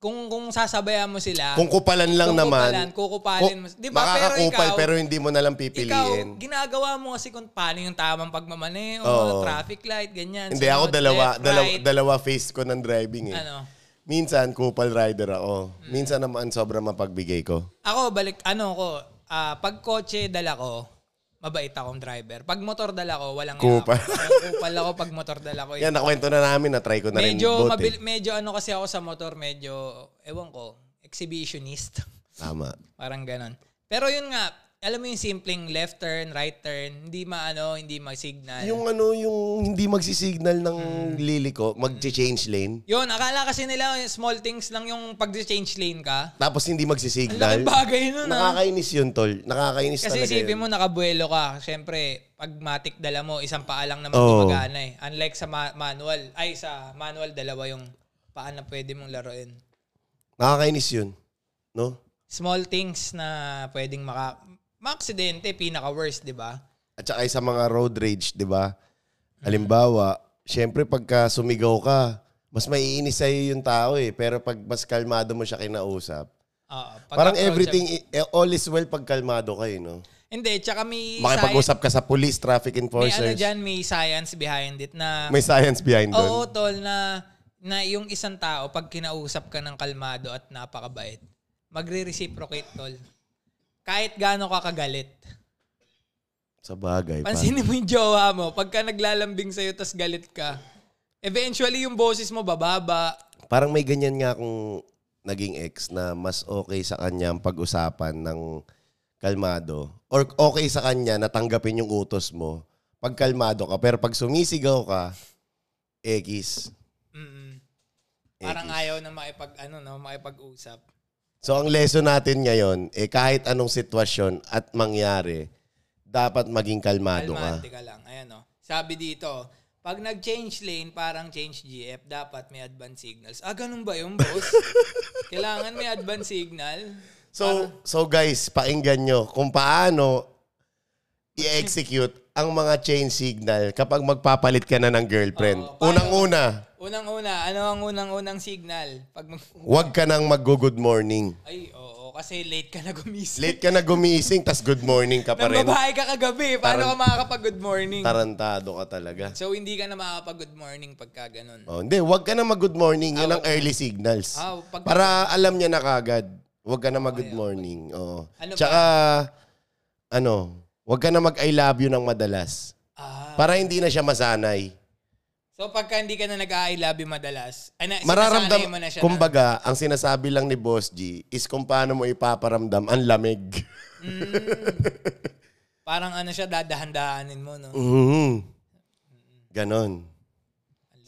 [SPEAKER 1] Kung kung sasabayan mo sila,
[SPEAKER 2] Kung kupalan lang naman,
[SPEAKER 1] kukupalan, Kukupalin ah. mo. Di ba? Pero
[SPEAKER 2] makakakupal
[SPEAKER 1] ikaw,
[SPEAKER 2] pero hindi mo nalang
[SPEAKER 1] ikaw,
[SPEAKER 2] pipiliin.
[SPEAKER 1] ginagawa mo kasi kung paano yung tamang pagmamaneo,
[SPEAKER 2] Oo.
[SPEAKER 1] traffic light, ganyan.
[SPEAKER 2] hindi,
[SPEAKER 1] sunod,
[SPEAKER 2] ako dalawa,
[SPEAKER 1] left,
[SPEAKER 2] dalawa,
[SPEAKER 1] right,
[SPEAKER 2] dalawa face ko ng driving eh.
[SPEAKER 1] ano.
[SPEAKER 2] Minsan, kupal rider ako. Minsan naman, sobrang mapagbigay ko.
[SPEAKER 1] Ako, balik, ano ko, ah, pag kotse dala ko, mabait akong driver. Pag motor dala ko, walang
[SPEAKER 2] Kupal.
[SPEAKER 1] iyak. Kupal ako pag motor dala ko. eh.
[SPEAKER 2] Yan, nakwento na namin, na-try ko na rin
[SPEAKER 1] medyo,
[SPEAKER 2] both
[SPEAKER 1] mabil-
[SPEAKER 2] eh.
[SPEAKER 1] medyo ano kasi ako sa motor, medyo, ewan ko, exhibitionist.
[SPEAKER 2] Tama.
[SPEAKER 1] Parang ganon. Pero yun nga, alam mo yung simpleng left turn, right turn, hindi maano, hindi mag-signal.
[SPEAKER 2] Yung ano, yung hindi magsisignal ng
[SPEAKER 1] Hmm.
[SPEAKER 2] liliko, mag-change lane.
[SPEAKER 1] Yun, akala kasi nila small things lang yung pag-change lane ka.
[SPEAKER 2] Tapos hindi
[SPEAKER 1] Ang
[SPEAKER 2] magsisignal.
[SPEAKER 1] laking bagay nun ah.
[SPEAKER 2] Nakakainis yun, tol. Nakakainis
[SPEAKER 1] Kasi
[SPEAKER 2] talaga
[SPEAKER 1] isipin
[SPEAKER 2] yun.
[SPEAKER 1] mo, nakabuelo ka. Siyempre, pag matik dala mo, isang paa lang naman
[SPEAKER 2] Oo.
[SPEAKER 1] gumagana eh. Unlike sa ma- manual. Ay, sa manual, dalawa yung paa na pwede mong laruin.
[SPEAKER 2] Nakakainis yun. No?
[SPEAKER 1] Small things na pwedeng maka... Maaksidente, pinaka-worst, di ba?
[SPEAKER 2] At saka sa mga road rage, di ba? Halimbawa, syempre pagka sumigaw ka, mas maiinis sa'yo yung tao eh. Pero pag mas kalmado mo siya kinausap,
[SPEAKER 1] Oo. Pag-
[SPEAKER 2] parang everything, eh, all is well pag kalmado kayo, no?
[SPEAKER 1] Hindi, tsaka may...
[SPEAKER 2] Makipag-usap ka sa police, traffic
[SPEAKER 1] sci- May ano
[SPEAKER 2] enforcers. May,
[SPEAKER 1] dyan, may science behind it na...
[SPEAKER 2] science behind doon.
[SPEAKER 1] Oo, tol, na, na yung isang tao, pag kinausap ka ng kalmado at napakabait, magre-reciprocate, tol. Kahit gaano ka kagalit.
[SPEAKER 2] Sa bagay. pa.
[SPEAKER 1] Pansinin mo yung jowa mo, pagka naglalambing sa'yo tas galit ka, eventually yung boses mo bababa.
[SPEAKER 2] Parang may ganyan nga akong naging ex na mas okay sa kanya ang pag-usapan ng kalmado. Or okay sa kanya na tanggapin yung utos mo pag kalmado ka. Pero pag sumisigaw ka, eh, ekis.
[SPEAKER 1] Mm-mm.
[SPEAKER 2] Eh,
[SPEAKER 1] Parang ayaw na makipag, ano, no, makipag-usap.
[SPEAKER 2] So ang lesson natin ngayon, eh kahit anong sitwasyon at mangyari, dapat maging kalmado ka.
[SPEAKER 1] Kalmante ka lang. Ayan, oh. Sabi dito, pag nag-change lane, parang change GF, dapat may advance signals. Ah, ganun ba yung boss? Kailangan may advance signal.
[SPEAKER 2] So, so guys, pakinggan nyo kung paano i-execute ang mga chain signal kapag magpapalit ka na ng girlfriend.
[SPEAKER 1] Oo, Oh, paano?
[SPEAKER 2] Unang-una,
[SPEAKER 1] Unang-una, ano ang unang-unang signal? Pag mag...
[SPEAKER 2] huwag ka nang mag-good morning.
[SPEAKER 1] Ay, oo, kasi late ka na gumising.
[SPEAKER 2] Late ka na gumising, tas good morning ka pa
[SPEAKER 1] Nang
[SPEAKER 2] rin.
[SPEAKER 1] babae ka kagabi, eh. paano ka makakapag-good morning?
[SPEAKER 2] Tarantado ka talaga.
[SPEAKER 1] So, hindi ka na makakapag-good morning pagka ganun.
[SPEAKER 2] Oh, hindi, huwag ka na mag-good morning. Yun ang early signals.
[SPEAKER 1] Ah, pag-
[SPEAKER 2] Para alam niya na kagad. Huwag ka na mag-good morning. Oo.
[SPEAKER 1] Ano ba?
[SPEAKER 2] Tsaka, ano, huwag ka na mag-I love you ng madalas.
[SPEAKER 1] Ah.
[SPEAKER 2] Para hindi na siya masanay.
[SPEAKER 1] So pagka hindi ka na nag-I love you madalas, ay, na,
[SPEAKER 2] Mararamdam,
[SPEAKER 1] sinasanay mo na siya. na,
[SPEAKER 2] kumbaga, ang sinasabi lang ni Boss G is kung paano mo ipaparamdam ang lamig.
[SPEAKER 1] parang ano siya, dadahan-dahanin mo, no?
[SPEAKER 2] Mhm. Ganon.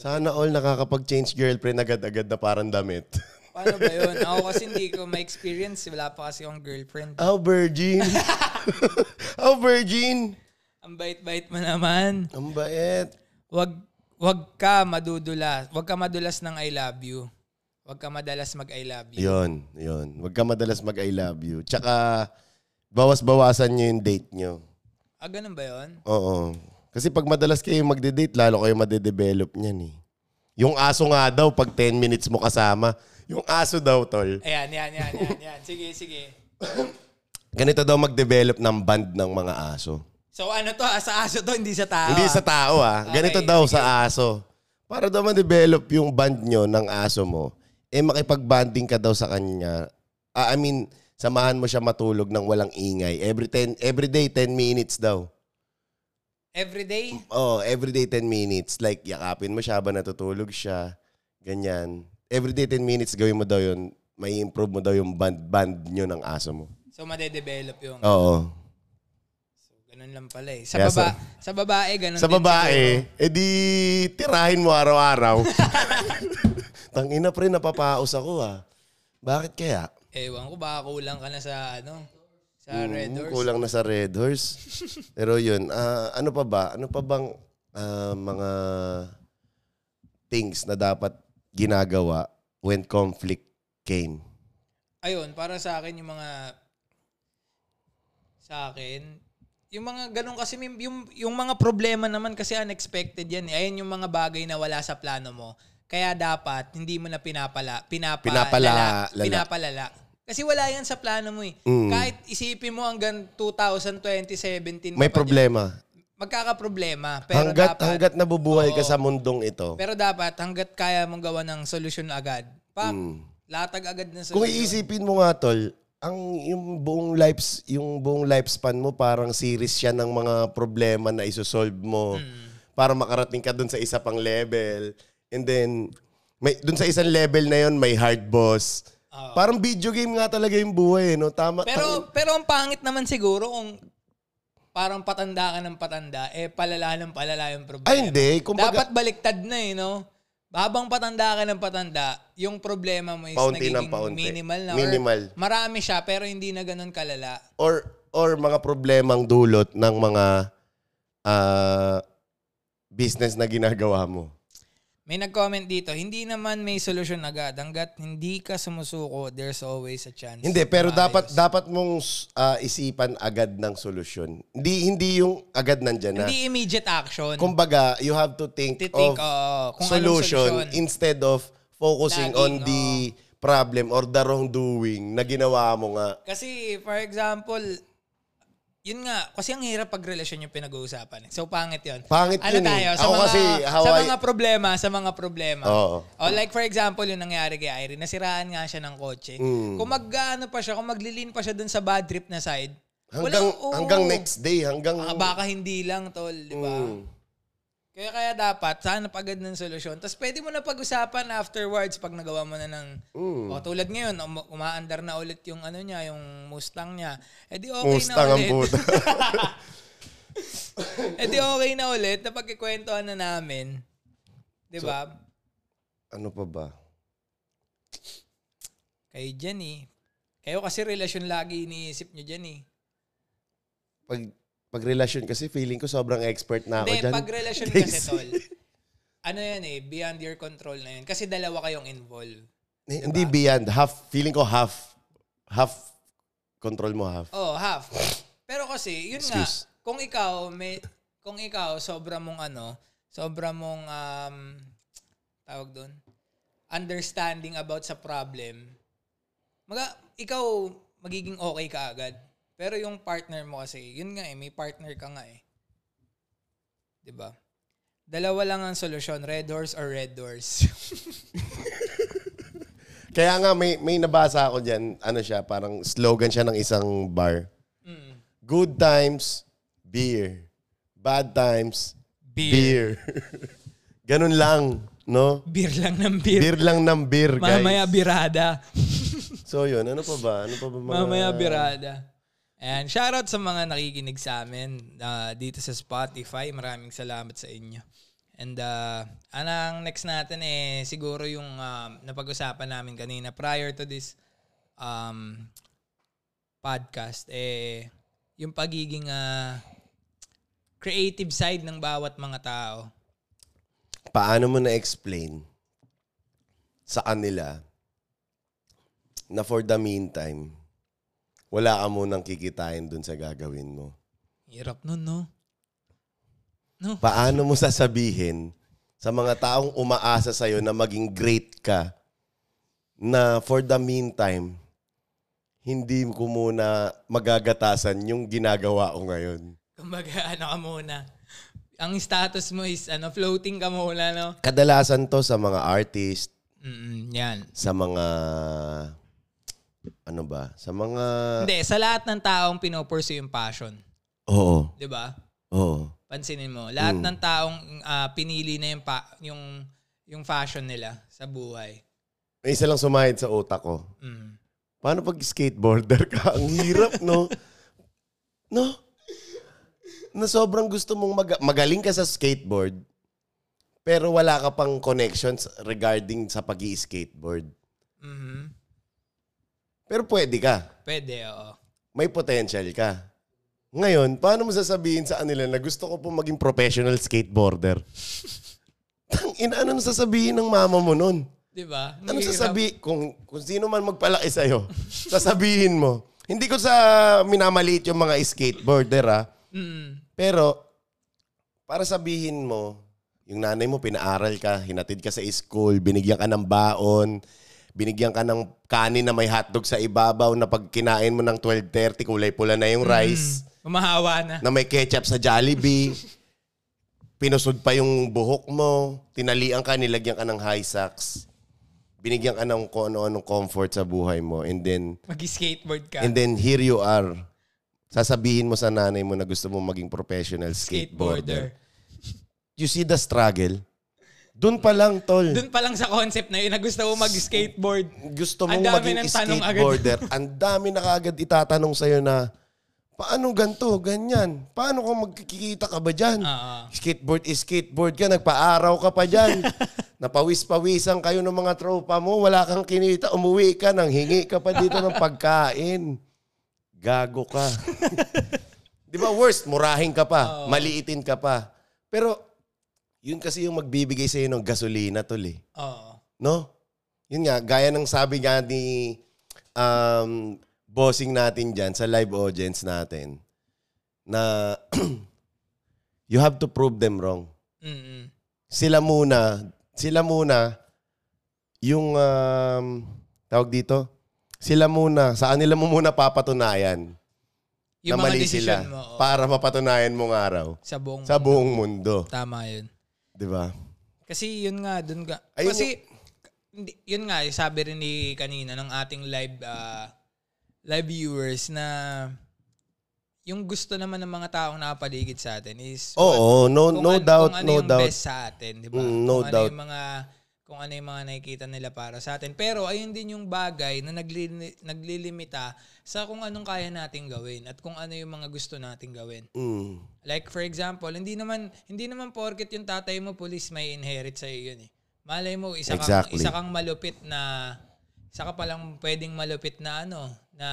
[SPEAKER 2] Sana all nakakapag-change girlfriend agad-agad na parang damit.
[SPEAKER 1] Paano ba yun? Ako kasi hindi ko ma-experience. Wala pa kasi akong girlfriend.
[SPEAKER 2] Oh, virgin. oh, virgin.
[SPEAKER 1] Ang bait-bait mo naman.
[SPEAKER 2] Ang bait.
[SPEAKER 1] Wag wag ka madudulas. Wag ka madulas ng I love you. Wag ka madalas mag I love you.
[SPEAKER 2] Yun, yun. Huwag ka madalas mag-I love you. Tsaka, bawas-bawasan nyo yung date nyo.
[SPEAKER 1] Ah, ganun ba 'yon?
[SPEAKER 2] Oo. Kasi pag madalas kayo magde-date, lalo kayo madedevelop niyan eh. Yung aso nga daw, pag 10 minutes mo kasama, yung aso daw, tol.
[SPEAKER 1] Ayan, yan, yan, yan, yan. Sige, sige.
[SPEAKER 2] Ganito daw mag-develop ng band ng mga aso.
[SPEAKER 1] So ano to, ah, sa aso to, hindi sa tao.
[SPEAKER 2] Hindi
[SPEAKER 1] ah.
[SPEAKER 2] sa tao ah. Ganito
[SPEAKER 1] Okay,
[SPEAKER 2] daw sa aso. Para daw ma-develop yung band nyo ng aso mo, eh makipag-banding ka daw sa kanya. Ah, I mean, samahan mo siya matulog ng walang ingay. Every, 10, every day, 10 minutes daw.
[SPEAKER 1] Every day?
[SPEAKER 2] Oh, every day 10 minutes. Like, yakapin mo siya habang natutulog siya. Ganyan. Every day 10 minutes, gawin mo daw yun. May improve mo daw yung band, band nyo ng aso mo.
[SPEAKER 1] So madedevelop yung.
[SPEAKER 2] Oo.
[SPEAKER 1] So, ganun lang pala eh. Sa,
[SPEAKER 2] Kaya
[SPEAKER 1] baba,
[SPEAKER 2] sa-
[SPEAKER 1] sa babae, ganun
[SPEAKER 2] Sa
[SPEAKER 1] din
[SPEAKER 2] babae, edi tirahin mo araw-araw. Tangina pre, napapaos ako ah. Bakit kaya?
[SPEAKER 1] siguro. Ewan ko, baka kulang ka na sa ano, sa red
[SPEAKER 2] Hmm,
[SPEAKER 1] doors.
[SPEAKER 2] Kulang na sa Red Horse. Pero yun, ah, ano pa ba? Ano pa bang ah, mga things na dapat ginagawa when conflict came?
[SPEAKER 1] Ayun, para sa akin yung mga sa akin, yung mga ganun kasi may- yung yung mga problema naman kasi unexpected yan. eh. Ayun yung mga bagay na wala sa plano mo. Kaya dapat hindi mo na pinapala pinapa,
[SPEAKER 2] Pinapala- Mm.
[SPEAKER 1] lala- pinapalala. Kasi wala yan sa plano mo eh. Kahit isipin mo hanggang 2020, 2017
[SPEAKER 2] May problema.
[SPEAKER 1] magkakaproblema. Pero
[SPEAKER 2] Hanggat,
[SPEAKER 1] dapat,
[SPEAKER 2] hanggat nabubuhay ka
[SPEAKER 1] Oo.
[SPEAKER 2] sa mundong ito.
[SPEAKER 1] Pero dapat hanggat kaya mong gawa ng solusyon agad. Pak, latag agad ng solusyon.
[SPEAKER 2] Mm. Kung iisipin mo nga tol, ang yung buong lives yung buong lifespan mo parang series siya ng mga problema na isosolve mo
[SPEAKER 1] Mm.
[SPEAKER 2] para makarating ka dun sa isa pang level. And then may dun sa isang level na yon may hard boss.
[SPEAKER 1] Oo.
[SPEAKER 2] Parang video game nga talaga yung buhay, eh, no? Tama.
[SPEAKER 1] Pero pero ang pangit naman siguro kung parang patanda ka ng patanda, eh palala ng palala yung problema.
[SPEAKER 2] ay hindi, kumbaga
[SPEAKER 1] Dapat baliktad na eh, no? Habang patanda ka ng patanda, yung problema mo is
[SPEAKER 2] Paunti ng
[SPEAKER 1] nagiging
[SPEAKER 2] paunti.
[SPEAKER 1] minimal na. or
[SPEAKER 2] Minimal.
[SPEAKER 1] Marami siya pero hindi na ganun kalala.
[SPEAKER 2] or or mga problemang dulot ng mga ah, business na ginagawa mo.
[SPEAKER 1] May nag-comment dito, hindi naman may solusyon agad. Hanggat hindi ka sumusuko, there's always a chance.
[SPEAKER 2] Hindi, pero
[SPEAKER 1] na
[SPEAKER 2] dapat
[SPEAKER 1] maayos.
[SPEAKER 2] dapat mong ah, isipan agad ng solusyon. Hindi hindi yung agad nandiyan na.
[SPEAKER 1] Hindi immediate action.
[SPEAKER 2] Kumbaga, you have to think
[SPEAKER 1] Titik,
[SPEAKER 2] of
[SPEAKER 1] oo, kung anong
[SPEAKER 2] solution,
[SPEAKER 1] solusyon.
[SPEAKER 2] instead of focusing on
[SPEAKER 1] Laging,
[SPEAKER 2] the problem or the wrongdoing na ginawa mo nga.
[SPEAKER 1] Kasi, for example, yun nga, kasi ang hirap pag relasyon yung pinag-uusapan. eh. So, pangit yun.
[SPEAKER 2] Pangit
[SPEAKER 1] ano
[SPEAKER 2] yun eh.
[SPEAKER 1] tayo? Sa
[SPEAKER 2] Ako
[SPEAKER 1] mga,
[SPEAKER 2] kasi, how
[SPEAKER 1] sa
[SPEAKER 2] I-
[SPEAKER 1] mga problema, sa mga problema.
[SPEAKER 2] Oo.
[SPEAKER 1] O like for example, yung nangyari kay Irene, nasiraan nga siya ng kotse.
[SPEAKER 2] Hmm.
[SPEAKER 1] Kung mag-ano pa siya, kung maglilin pa siya dun sa bad trip na side,
[SPEAKER 2] Hanggang
[SPEAKER 1] walang- oo.
[SPEAKER 2] hanggang next day, hanggang
[SPEAKER 1] Ah, baka hindi lang, tol, di ba?
[SPEAKER 2] Mm.
[SPEAKER 1] Kaya kaya dapat, sana agad ng solusyon. Tapos pwede mo na pag-usapan afterwards pag nagawa mo na ng...
[SPEAKER 2] Mm.
[SPEAKER 1] O, tulad ngayon, um- umaandar na ulit yung ano niya, yung Mustang niya. Eh di okay
[SPEAKER 2] Mustang
[SPEAKER 1] na
[SPEAKER 2] ang
[SPEAKER 1] ulit.
[SPEAKER 2] puta.
[SPEAKER 1] eh di okay na ulit na pagkikwentuhan na namin. Di ba?
[SPEAKER 2] ano pa ba?
[SPEAKER 1] Kayo dyan eh. Kayo kasi relasyon lagi iniisip nyo dyan eh.
[SPEAKER 2] Pag pag relasyon kasi feeling ko sobrang expert na ako
[SPEAKER 1] Hindi,
[SPEAKER 2] diyan.
[SPEAKER 1] pag relasyon kasi tol, ano yan eh, beyond your control na yun. Kasi dalawa kayong involved.
[SPEAKER 2] Eh, Hindi beyond half, feeling ko half half control mo half.
[SPEAKER 1] Oh, half. Pero kasi, yun
[SPEAKER 2] Excuse.
[SPEAKER 1] nga, kung ikaw may kung ikaw sobra mong ano, sobra mong um tawag doon, understanding about sa problem. Maga, ikaw magiging okay ka agad. Pero yung partner mo kasi, yun nga eh, may partner ka nga eh. 'Di ba? Dalawa lang ang solusyon, red doors or red doors.
[SPEAKER 2] Kaya nga, may, may nabasa ako dyan, ano siya, parang slogan siya ng isang bar. Good times, beer. Bad times,
[SPEAKER 1] Beer.
[SPEAKER 2] beer. Ganun lang, no?
[SPEAKER 1] Beer lang ng beer.
[SPEAKER 2] Beer lang ng beer, guys.
[SPEAKER 1] Mamaya birada.
[SPEAKER 2] So yun, ano pa ba? Ano pa ba mga...
[SPEAKER 1] Mamaya birada. And shoutout sa mga nakikinig sa amin ah, dito sa Spotify. Maraming salamat sa inyo. And ah, anang next natin eh siguro yung ah, napag-usapan namin kanina prior to this um, podcast eh yung pagiging ah, creative side ng bawat mga tao.
[SPEAKER 2] Paano mo na-explain sa kanila na for the meantime, wala ka munang kikitain dun sa gagawin mo?
[SPEAKER 1] Hirap nun, no?
[SPEAKER 2] Paano mo sasabihin sa mga taong umaasa sa'yo na maging great ka na for the meantime, hindi ko muna magagatasan yung ginagawa ko ngayon.
[SPEAKER 1] Kumbaga, ano ka muna. Ang status mo is ano, floating ka muna, no?
[SPEAKER 2] Kadalasan to sa mga artist,
[SPEAKER 1] Mm, yan.
[SPEAKER 2] sa mga ano ba? Sa mga
[SPEAKER 1] Hindi, sa lahat ng taong pinopursue yung passion.
[SPEAKER 2] Oo.
[SPEAKER 1] Di ba?
[SPEAKER 2] Oo.
[SPEAKER 1] Pansinin mo. Lahat
[SPEAKER 2] Mm.
[SPEAKER 1] ng taong ah, pinili na yung, pa- yung, yung fashion nila sa buhay.
[SPEAKER 2] May isa lang sumahid sa utak ko.
[SPEAKER 1] Mm.
[SPEAKER 2] Paano pag skateboarder ka? Ang hirap, no? No? Na sobrang gusto mong maga- magaling ka sa skateboard, pero wala ka pang connections regarding sa pag skateboard
[SPEAKER 1] Mhm.
[SPEAKER 2] Pero pwede ka.
[SPEAKER 1] Pwede, oo.
[SPEAKER 2] May potential ka. Ngayon, paano mo sasabihin sa kanila na gusto ko pong maging professional skateboarder? Tang ina, ano sasabihin ng mama mo nun?
[SPEAKER 1] Di ba?
[SPEAKER 2] Ano
[SPEAKER 1] Hirap.
[SPEAKER 2] sasabi kung kung sino man magpalaki sa iyo? sasabihin mo. Hindi ko sa minamaliit yung mga skateboarder ah,
[SPEAKER 1] Mm.
[SPEAKER 2] pero para sabihin mo, yung nanay mo pinaaral ka, hinatid ka sa school, binigyan ka ng baon, binigyan ka ng kanin na may hotdog sa ibabaw na pag kinain mo ng 12:30 kulay pula na yung rice
[SPEAKER 1] Mamahawa na.
[SPEAKER 2] na may ketchup sa Jollibee. Pinusod pa yung buhok mo. Tinalian ka, nilagyan ka ng high socks. Binigyan ka ng kung ano-anong comfort sa buhay mo. And then,
[SPEAKER 1] Mag-skateboard ka.
[SPEAKER 2] and then here you are. Sasabihin mo sa nanay mo na gusto mo maging professional skateboarder.
[SPEAKER 1] skateboarder.
[SPEAKER 2] You see the struggle? Doon pa lang, tol.
[SPEAKER 1] Doon pa lang sa concept na yun na gusto mo mag-skateboard.
[SPEAKER 2] gusto
[SPEAKER 1] Ang
[SPEAKER 2] mong
[SPEAKER 1] dami
[SPEAKER 2] maging
[SPEAKER 1] ng tanong agad.
[SPEAKER 2] skateboarder, ang dami na kaagad itatanong sa'yo na, paano ganto, ganyan? Paano kung magkikita ka ba dyan?
[SPEAKER 1] Oo.
[SPEAKER 2] Skateboard is skateboard ka, nagpa-araw ka pa dyan. Napawis-pawisan kayo ng mga tropa mo, wala kang kinita, umuwi ka, nang hingi ka pa dito ng pagkain. Gago ka. Di ba worst, murahin ka pa, maliitin ka pa. Pero yun kasi yung magbibigay sa'yo ng gasolina, tol eh.
[SPEAKER 1] Oo.
[SPEAKER 2] No? Yun nga, gaya ng sabi nga ni um, bossing natin dyan sa live audience natin na you have to prove them wrong.
[SPEAKER 1] Mm-mm.
[SPEAKER 2] Sila muna, sila muna yung um, tawag dito, sila muna, sa kanila mo muna papatunayan
[SPEAKER 1] Yung
[SPEAKER 2] na
[SPEAKER 1] mga
[SPEAKER 2] mali
[SPEAKER 1] decision
[SPEAKER 2] sila
[SPEAKER 1] mo. oo. Mm.
[SPEAKER 2] para mapatunayan mong araw
[SPEAKER 1] sa buong...
[SPEAKER 2] sa buong mundo.
[SPEAKER 1] tama yun.
[SPEAKER 2] Di ba?
[SPEAKER 1] Kasi yun nga, dun ka.
[SPEAKER 2] Ayun
[SPEAKER 1] Kasi, hindi- yun nga, yung sabi rin ni kanina ng ating live ah, live viewers na yung gusto naman ng mga taong nakapaligid sa atin is
[SPEAKER 2] Oo, no,
[SPEAKER 1] kung
[SPEAKER 2] Oh, no
[SPEAKER 1] an-
[SPEAKER 2] doubt,
[SPEAKER 1] kung ano
[SPEAKER 2] no
[SPEAKER 1] yung
[SPEAKER 2] doubt.
[SPEAKER 1] best sa atin, di ba?
[SPEAKER 2] Mm, no
[SPEAKER 1] kung
[SPEAKER 2] doubt.
[SPEAKER 1] Ano yung mga, kung ano yung mga nakikita nila para sa atin. Pero ayun din yung bagay na nagli- naglilimita sa kung anong kaya nating gawin at kung ano yung mga gusto nating gawin.
[SPEAKER 2] Mm.
[SPEAKER 1] Like for example, hindi naman hindi naman porket yung tatay mo police may inherit sa iyo yun eh. Malay mo isa kang
[SPEAKER 2] Exactly.
[SPEAKER 1] isa kang malupit na isa ka palang pwedeng malupit na ano na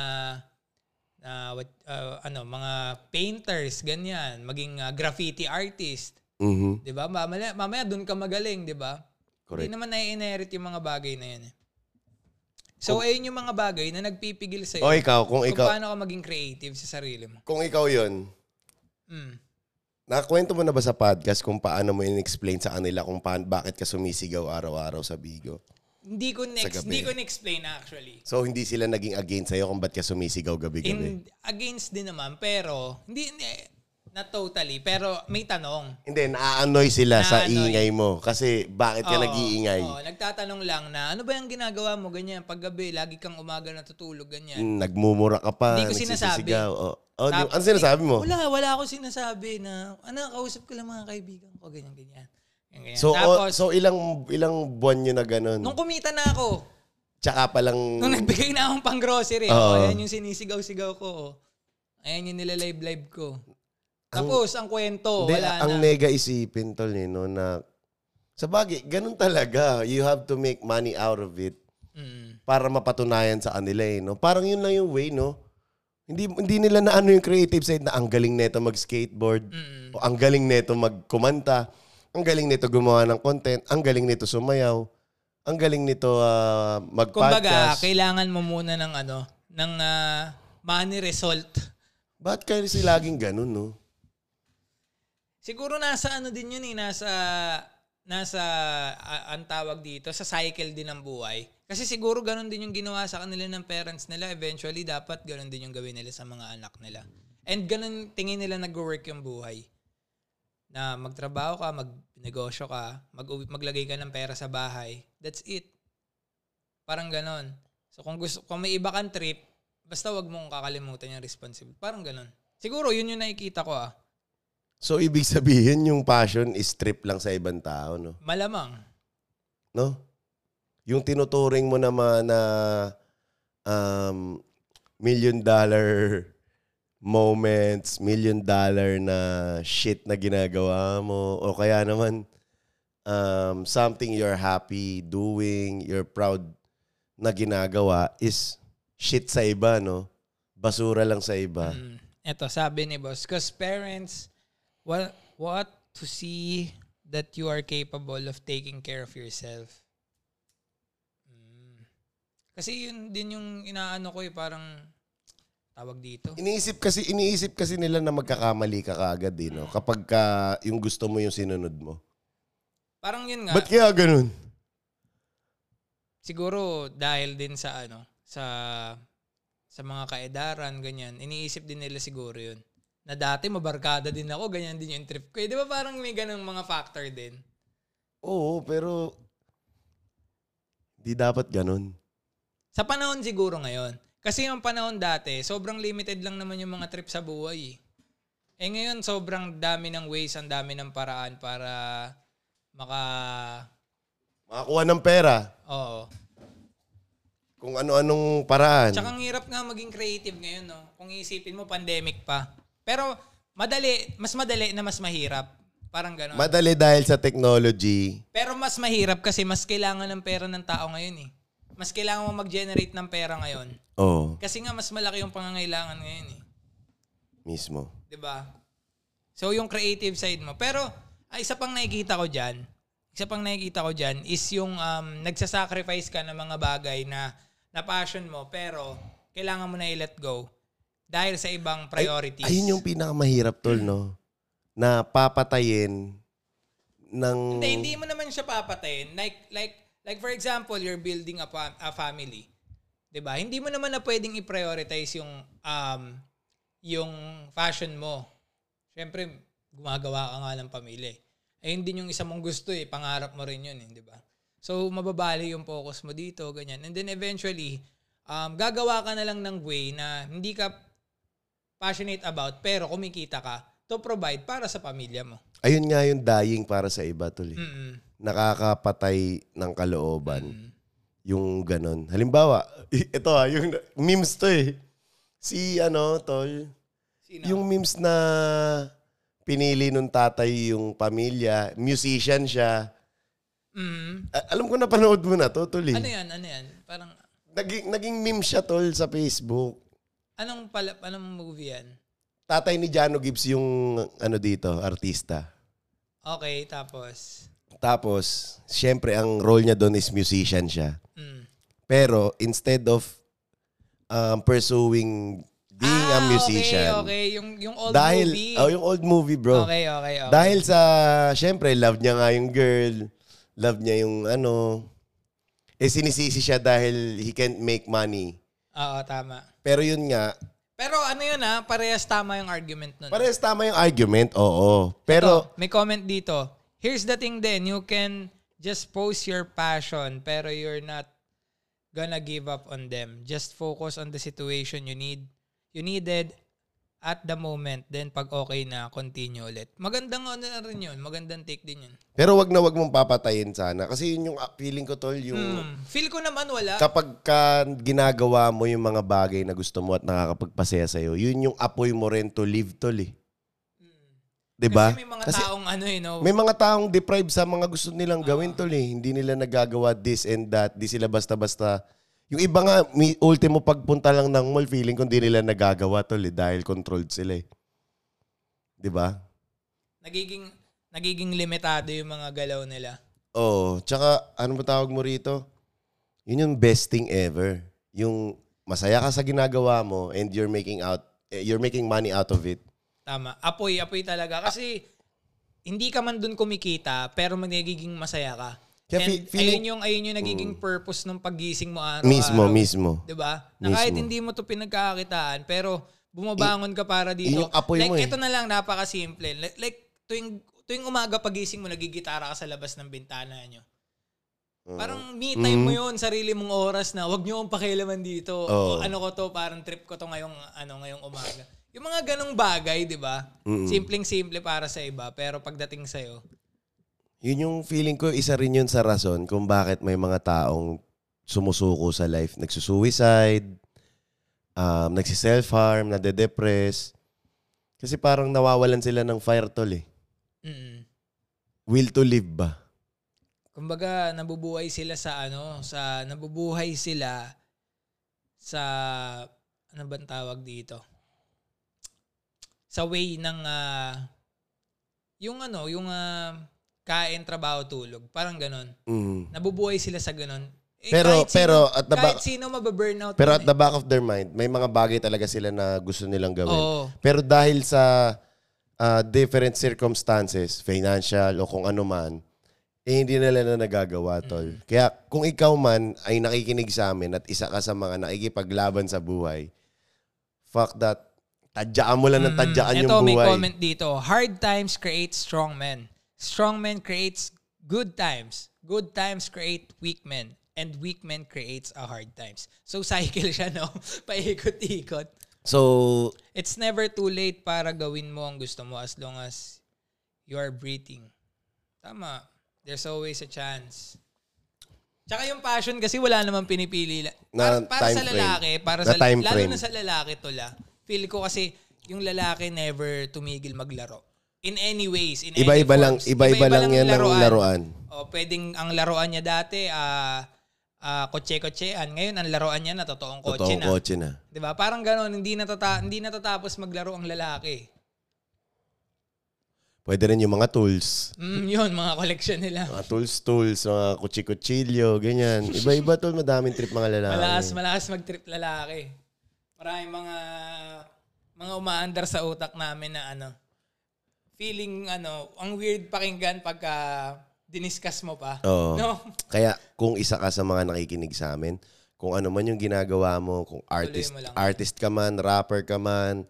[SPEAKER 1] na what, uh, ano mga painters ganyan, maging uh, graffiti artist,
[SPEAKER 2] mhm.
[SPEAKER 1] 'di ba? Mamaya, mamaya doon ka magaling, 'di ba?
[SPEAKER 2] Correct.
[SPEAKER 1] Hindi naman na-inherit yung mga bagay na yun eh. So ayun yung mga bagay na nagpipigil sa
[SPEAKER 2] O ikaw, kung
[SPEAKER 1] eh. kung
[SPEAKER 2] Oh. ikaw,
[SPEAKER 1] paano ka maging creative sa sarili mo.
[SPEAKER 2] kung ikaw yun,
[SPEAKER 1] Mm.
[SPEAKER 2] Nakakwento mo na ba sa podcast kung paano mo in-explain sa kanila kung paan, bakit ka sumisigaw araw-araw sa Bigo?
[SPEAKER 1] Hindi ko
[SPEAKER 2] gabi.
[SPEAKER 1] next, hindi ko explain actually.
[SPEAKER 2] So, hindi sila naging against sa'yo kung ba't ka sumisigaw
[SPEAKER 1] In
[SPEAKER 2] gabi-gabi?
[SPEAKER 1] against din naman pero hindi, hindi Not totally, pero may tanong.
[SPEAKER 2] Hindi, naaannoy sila sa
[SPEAKER 1] Naaannoy.
[SPEAKER 2] iingay mo. Kasi bakit
[SPEAKER 1] Oo,
[SPEAKER 2] ka nag-iingay?
[SPEAKER 1] oo, nagtatanong lang na, ano ba yung ginagawa mo, ganyan, paggabi, lagi kang umaga natutulog, ganyan.
[SPEAKER 2] Mm, Nagmumura ka pa.
[SPEAKER 1] Hindi ko
[SPEAKER 2] nagsisisigaw.
[SPEAKER 1] sinasabi.
[SPEAKER 2] Oo. Oh,
[SPEAKER 1] Tap-
[SPEAKER 2] ano sinasabi mo?
[SPEAKER 1] Wala, wala ako sinasabi na, ano, kausap ko lang mga kaibigan ko, ganyan, ganyan. Ganyan, ganyan.
[SPEAKER 2] So, oh,
[SPEAKER 1] Tapos,
[SPEAKER 2] so ilang ilang buwan nyo na ganun?
[SPEAKER 1] nung kumita na ako,
[SPEAKER 2] Tsaka pa lang...
[SPEAKER 1] nung nagbigay na akong pang grocery,
[SPEAKER 2] Mm. Oo.
[SPEAKER 1] ayan yung sinisigaw-sigaw ko, oh. ayan yung nilalive-live ko. Tapos, ang kwento,
[SPEAKER 2] Hindi,
[SPEAKER 1] wala
[SPEAKER 2] ang
[SPEAKER 1] na.
[SPEAKER 2] nega isipin tol eh, no, na sa bagay, ganun talaga. You have to make money out of it
[SPEAKER 1] Mm.
[SPEAKER 2] para mapatunayan sa kanila eh, no. Parang yun lang yung way, no. Hindi hindi nila na ano yung creative side na ang galing nito mag-skateboard,
[SPEAKER 1] Mm.
[SPEAKER 2] o ang galing nito magkumanta, ang galing nito gumawa ng content, ang galing nito sumayaw, ang galing nito ah,
[SPEAKER 1] Kumbaga,
[SPEAKER 2] mag-podcast.
[SPEAKER 1] kailangan mo muna ng ano, ng ah, money result.
[SPEAKER 2] Ba't kaya sila laging ganun, no?
[SPEAKER 1] Siguro nasa ano din yun eh, nasa nasa a- ang tawag dito sa cycle din ng buhay. Kasi siguro ganun din yung ginawa sa kanila ng parents nila. Eventually, dapat ganun din yung gawin nila sa mga anak nila. And ganun tingin nila nag-work yung buhay. Na magtrabaho ka, magnegosyo ka, mag maglagay ka ng pera sa bahay. That's it. Parang ganun. So kung gusto kung may iba kang trip, basta wag mong kakalimutan yung responsible. Parang ganun. Siguro yun yung nakikita ko ah.
[SPEAKER 2] So ibig sabihin yung passion is trip lang sa ibang tao, no?
[SPEAKER 1] Malamang.
[SPEAKER 2] no? Yung tinuturing mo naman na um, million dollar moments, million dollar na shit na ginagawa mo, o kaya naman um, something you're happy doing, you're proud na ginagawa is shit sa iba, no? Basura lang sa iba.
[SPEAKER 1] Mm. Ito, sabi ni boss, because parents well, want to see that you are capable of taking care of yourself. Mm. Kasi yun din yung inaano ko eh, parang tawag dito.
[SPEAKER 2] Iniisip kasi iniisip kasi nila na magkakamali ka kaagad, eh, no? Kapag ka, yung gusto mo yung sinunod mo.
[SPEAKER 1] Parang yun nga,
[SPEAKER 2] Ba't kaya ganun?
[SPEAKER 1] siguro dahil din sa ano, sa sa mga kaedaran, ganyan, iniisip din nila siguro yun. Na dati mabarkada din ako, ganyan din yung trip ko. Eh, di ba parang may ganang mga factor din?
[SPEAKER 2] Oo, pero di dapat ganun.
[SPEAKER 1] Sa panahon siguro ngayon. Kasi yung panahon dati, sobrang limited lang naman yung mga trip sa buhay. eh. Eh ngayon, sobrang dami ng ways, ang dami ng paraan para maka...
[SPEAKER 2] Makakuha ng pera
[SPEAKER 1] Oo.
[SPEAKER 2] kung ano-anong paraan.
[SPEAKER 1] Tsaka ang hirap nga maging creative ngayon, no? Kung iisipin mo, pandemic pa. Pero madali, mas madali na mas mahirap. Parang gano'n.
[SPEAKER 2] Madali dahil sa technology.
[SPEAKER 1] Pero mas mahirap kasi mas kailangan ng pera ng tao ngayon eh. Mas kailangan mo mag-generate ng pera ngayon.
[SPEAKER 2] Oo,
[SPEAKER 1] Kasi nga mas malaki yung pangangailangan ngayon eh.
[SPEAKER 2] mismo.
[SPEAKER 1] 'di ba? So yung creative side mo. Pero ay isa pang nakikita ko diyan, isa pang nakikita ko diyan is yung um, nagsasacrifice ka ng mga bagay na na passion mo pero kailangan mo na i-let go dahil sa ibang priorities.
[SPEAKER 2] Ayun yung pinakamahirap, tol, no? Na papatayin ng...
[SPEAKER 1] hindi, hindi mo naman siya papatayin. Like like like for example, you're building a, fam- a family. 'Di ba? Hindi mo naman na pwedeng i-prioritize yung um yung fashion mo. Siyempre, gumagawa ka nga ng pamilya. eh. Ayun din yung isa mong gusto eh, pangarap mo rin 'yun, eh, 'di ba? So mababali yung focus mo dito, ganyan. And then eventually, um gagawa ka na lang ng way na hindi ka passionate about pero kumikita ka to provide para sa pamilya mo.
[SPEAKER 2] Ayun nga yung dying para sa iba, tol. eh.
[SPEAKER 1] Mm.
[SPEAKER 2] Nakakapatay ng kalooban. Yung ganun. Halimbawa, ito ah, yung memes to eh. Si ano, tol,
[SPEAKER 1] Sino?
[SPEAKER 2] Yung memes na pinili nung tatay yung pamilya, musician siya.
[SPEAKER 1] Mm.
[SPEAKER 2] A- alam ko na panood mo na to, tol. eh.
[SPEAKER 1] Ano yan? Ano yan? Parang,
[SPEAKER 2] Naging, naging meme siya, tol, sa Facebook.
[SPEAKER 1] anong, pala, anong movie yan?
[SPEAKER 2] Tatay ni Jano Gibbs yung ano dito, artista.
[SPEAKER 1] Okay, tapos,
[SPEAKER 2] Tapos, syempre, ang role niya doon is musician siya.
[SPEAKER 1] mm.
[SPEAKER 2] Pero, instead of um, pursuing being a musician,
[SPEAKER 1] Ah, Okay, okay. Yung, yung old
[SPEAKER 2] dahil,
[SPEAKER 1] movie.
[SPEAKER 2] oh, yung old movie, bro.
[SPEAKER 1] Okay, okay, okay.
[SPEAKER 2] Dahil sa, syempre, love niya nga yung girl. Love niya yung ano. Eh, sinisisi siya dahil he can't make money.
[SPEAKER 1] Oo, tama.
[SPEAKER 2] Pero yun nga,
[SPEAKER 1] Pero ano yun ha, parehas tama yung argument nun.
[SPEAKER 2] Parehas tama yung argument, oo. Pero,
[SPEAKER 1] May comment dito. Here's the thing then, you can just post your passion pero you're not gonna give up on them. Just focus on the situation you need you needed at the moment. Then pag okay na, continue ulit. Magandang ano na rin yun. Magandang take din yun.
[SPEAKER 2] pero wag na wag mong papatayin sana. Kasi yun yung ah, feeling ko, tol, yung...
[SPEAKER 1] Hmm. Feel ko naman wala.
[SPEAKER 2] kapag ka ginagawa mo yung mga bagay na gusto mo at nakakapagpasaya sa'yo, yun yung apoy mo rin to live tol eh. Diba?
[SPEAKER 1] Hmm. Kasi may mga taong ano you know,
[SPEAKER 2] may mga taong deprived sa mga gusto nilang gawin tol eh. Hindi nila nagagawa this and that. Di sila basta-basta. Yung iba nga, may ultimo pagpunta lang ng mall, feeling ko hindi nila nagagawa tol eh dahil controlled sila eh. Diba?
[SPEAKER 1] nagiging nagiging limitado yung mga galaw nila.
[SPEAKER 2] Oo. Tsaka, ano ba tawag mo rito? Yun yung best thing ever. Yung masaya ka sa ginagawa mo and you're making out eh, you're making money out of it.
[SPEAKER 1] Tama. Apoy, apoy talaga. Kasi hindi ka man dun kumikita, pero magiging masaya ka.
[SPEAKER 2] Kaya
[SPEAKER 1] And
[SPEAKER 2] fe- feeling- Mm.
[SPEAKER 1] ayun yung, ayun yung nagiging purpose ng paggising mo ah, araw-araw.
[SPEAKER 2] Mismo, mismo.
[SPEAKER 1] 'Di ba? Na kahit
[SPEAKER 2] Mismo.
[SPEAKER 1] hindi mo to pinagkakakitaan, pero bumabangon ka para dito.
[SPEAKER 2] yun yung apoy
[SPEAKER 1] like,
[SPEAKER 2] mo eh.
[SPEAKER 1] ito na lang, napakasimple. Like, like tuwing, tuwing umaga pagising mo, nagigitara ka sa labas ng bintana nyo.
[SPEAKER 2] Mm.
[SPEAKER 1] Parang me time mo yun, sarili mong oras na wag nyo akong pakialaman dito. O
[SPEAKER 2] Oo.
[SPEAKER 1] ano ko to, parang trip ko to ngayong, ano, ngayong umaga. Yung mga ganong bagay, di ba? Simpleng-simple para sa iba, pero pagdating sa'yo,
[SPEAKER 2] Yun yung feeling ko, isa rin yun sa rason kung bakit may mga taong sumusuko sa life. Nagsusuicide, um, nagsiself-harm, nade-depress. Kasi parang nawawalan sila ng fire tol eh.
[SPEAKER 1] mm
[SPEAKER 2] Will to live ba?
[SPEAKER 1] kumbaga nabubuhay sila sa ano, sa nabubuhay sila sa ano bang tawag dito? Sa way ng ah, yung ano, yung ah, kain, trabaho, tulog. Parang ganon.
[SPEAKER 2] Mm.
[SPEAKER 1] Nabubuhay sila sa ganon. Eh,
[SPEAKER 2] Pero-
[SPEAKER 1] kahit
[SPEAKER 2] pero
[SPEAKER 1] sino,
[SPEAKER 2] at the
[SPEAKER 1] kahit
[SPEAKER 2] back-
[SPEAKER 1] sino mababurnout.
[SPEAKER 2] Pero
[SPEAKER 1] yun
[SPEAKER 2] at
[SPEAKER 1] eh.
[SPEAKER 2] the back of their mind, may mga bagay talaga sila na gusto nilang gawin.
[SPEAKER 1] Oo.
[SPEAKER 2] Pero dahil sa ah, different circumstances, financial o kung ano man, eh hindi nila na nagagawa, tol. Kaya kung ikaw man ay nakikinig sa amin at isa ka sa mga nakikipaglaban sa buhay, fuck that. Tadyaan mo lang ng tadyaan
[SPEAKER 1] Mm,
[SPEAKER 2] yung
[SPEAKER 1] Ito, may
[SPEAKER 2] buhay.
[SPEAKER 1] comment dito. Hard times create strong men. Strong men creates good times. Good times create weak men. And weak men creates a hard times. So cycle siya, no? Paikot-ikot.
[SPEAKER 2] So,
[SPEAKER 1] It's never too late para gawin mo ang gusto mo as long as you are breathing. Tama. There's always a chance. Tsaka yung passion kasi wala namang pinipili. la- Para,
[SPEAKER 2] Na
[SPEAKER 1] para
[SPEAKER 2] time
[SPEAKER 1] sa lalaki,
[SPEAKER 2] frame.
[SPEAKER 1] para
[SPEAKER 2] Na
[SPEAKER 1] sa
[SPEAKER 2] time
[SPEAKER 1] lalo
[SPEAKER 2] frame.
[SPEAKER 1] na sa lalaki to la. Feel ko kasi yung lalaki never tumigil maglaro. In any ways, in
[SPEAKER 2] iba-iba
[SPEAKER 1] any
[SPEAKER 2] lang,
[SPEAKER 1] forms.
[SPEAKER 2] iba-iba lang yan ng laruan.
[SPEAKER 1] O, pwedeng ang laruan niya dati, ah ah, kotse-kotsean. Ngayon, ang laruan niya na totoong kotse
[SPEAKER 2] Totoong
[SPEAKER 1] na.
[SPEAKER 2] kotse na.
[SPEAKER 1] 'Di ba? Parang gano'n, hindi natata hindi natatapos maglaro ang lalaki.
[SPEAKER 2] Pwede rin yung mga tools.
[SPEAKER 1] Mm, 'yun mga collection nila.
[SPEAKER 2] Mga tools-tools, mga kutsi-kutsilyo, ganyan. Iba-iba, tol. Madaming trip mga lalaki.
[SPEAKER 1] Malakas, malakas mag-trip lalaki. Maraming mga mga umaandar sa utak namin na ano, feeling ano, ang weird pakinggan pagka diniscuss mo pa.
[SPEAKER 2] Oo.
[SPEAKER 1] No?
[SPEAKER 2] Kaya kung isa ka sa mga nakikinig sa amin, kung ano man yung ginagawa mo, kung artist
[SPEAKER 1] mo lang.
[SPEAKER 2] artist ka man, rapper ka man,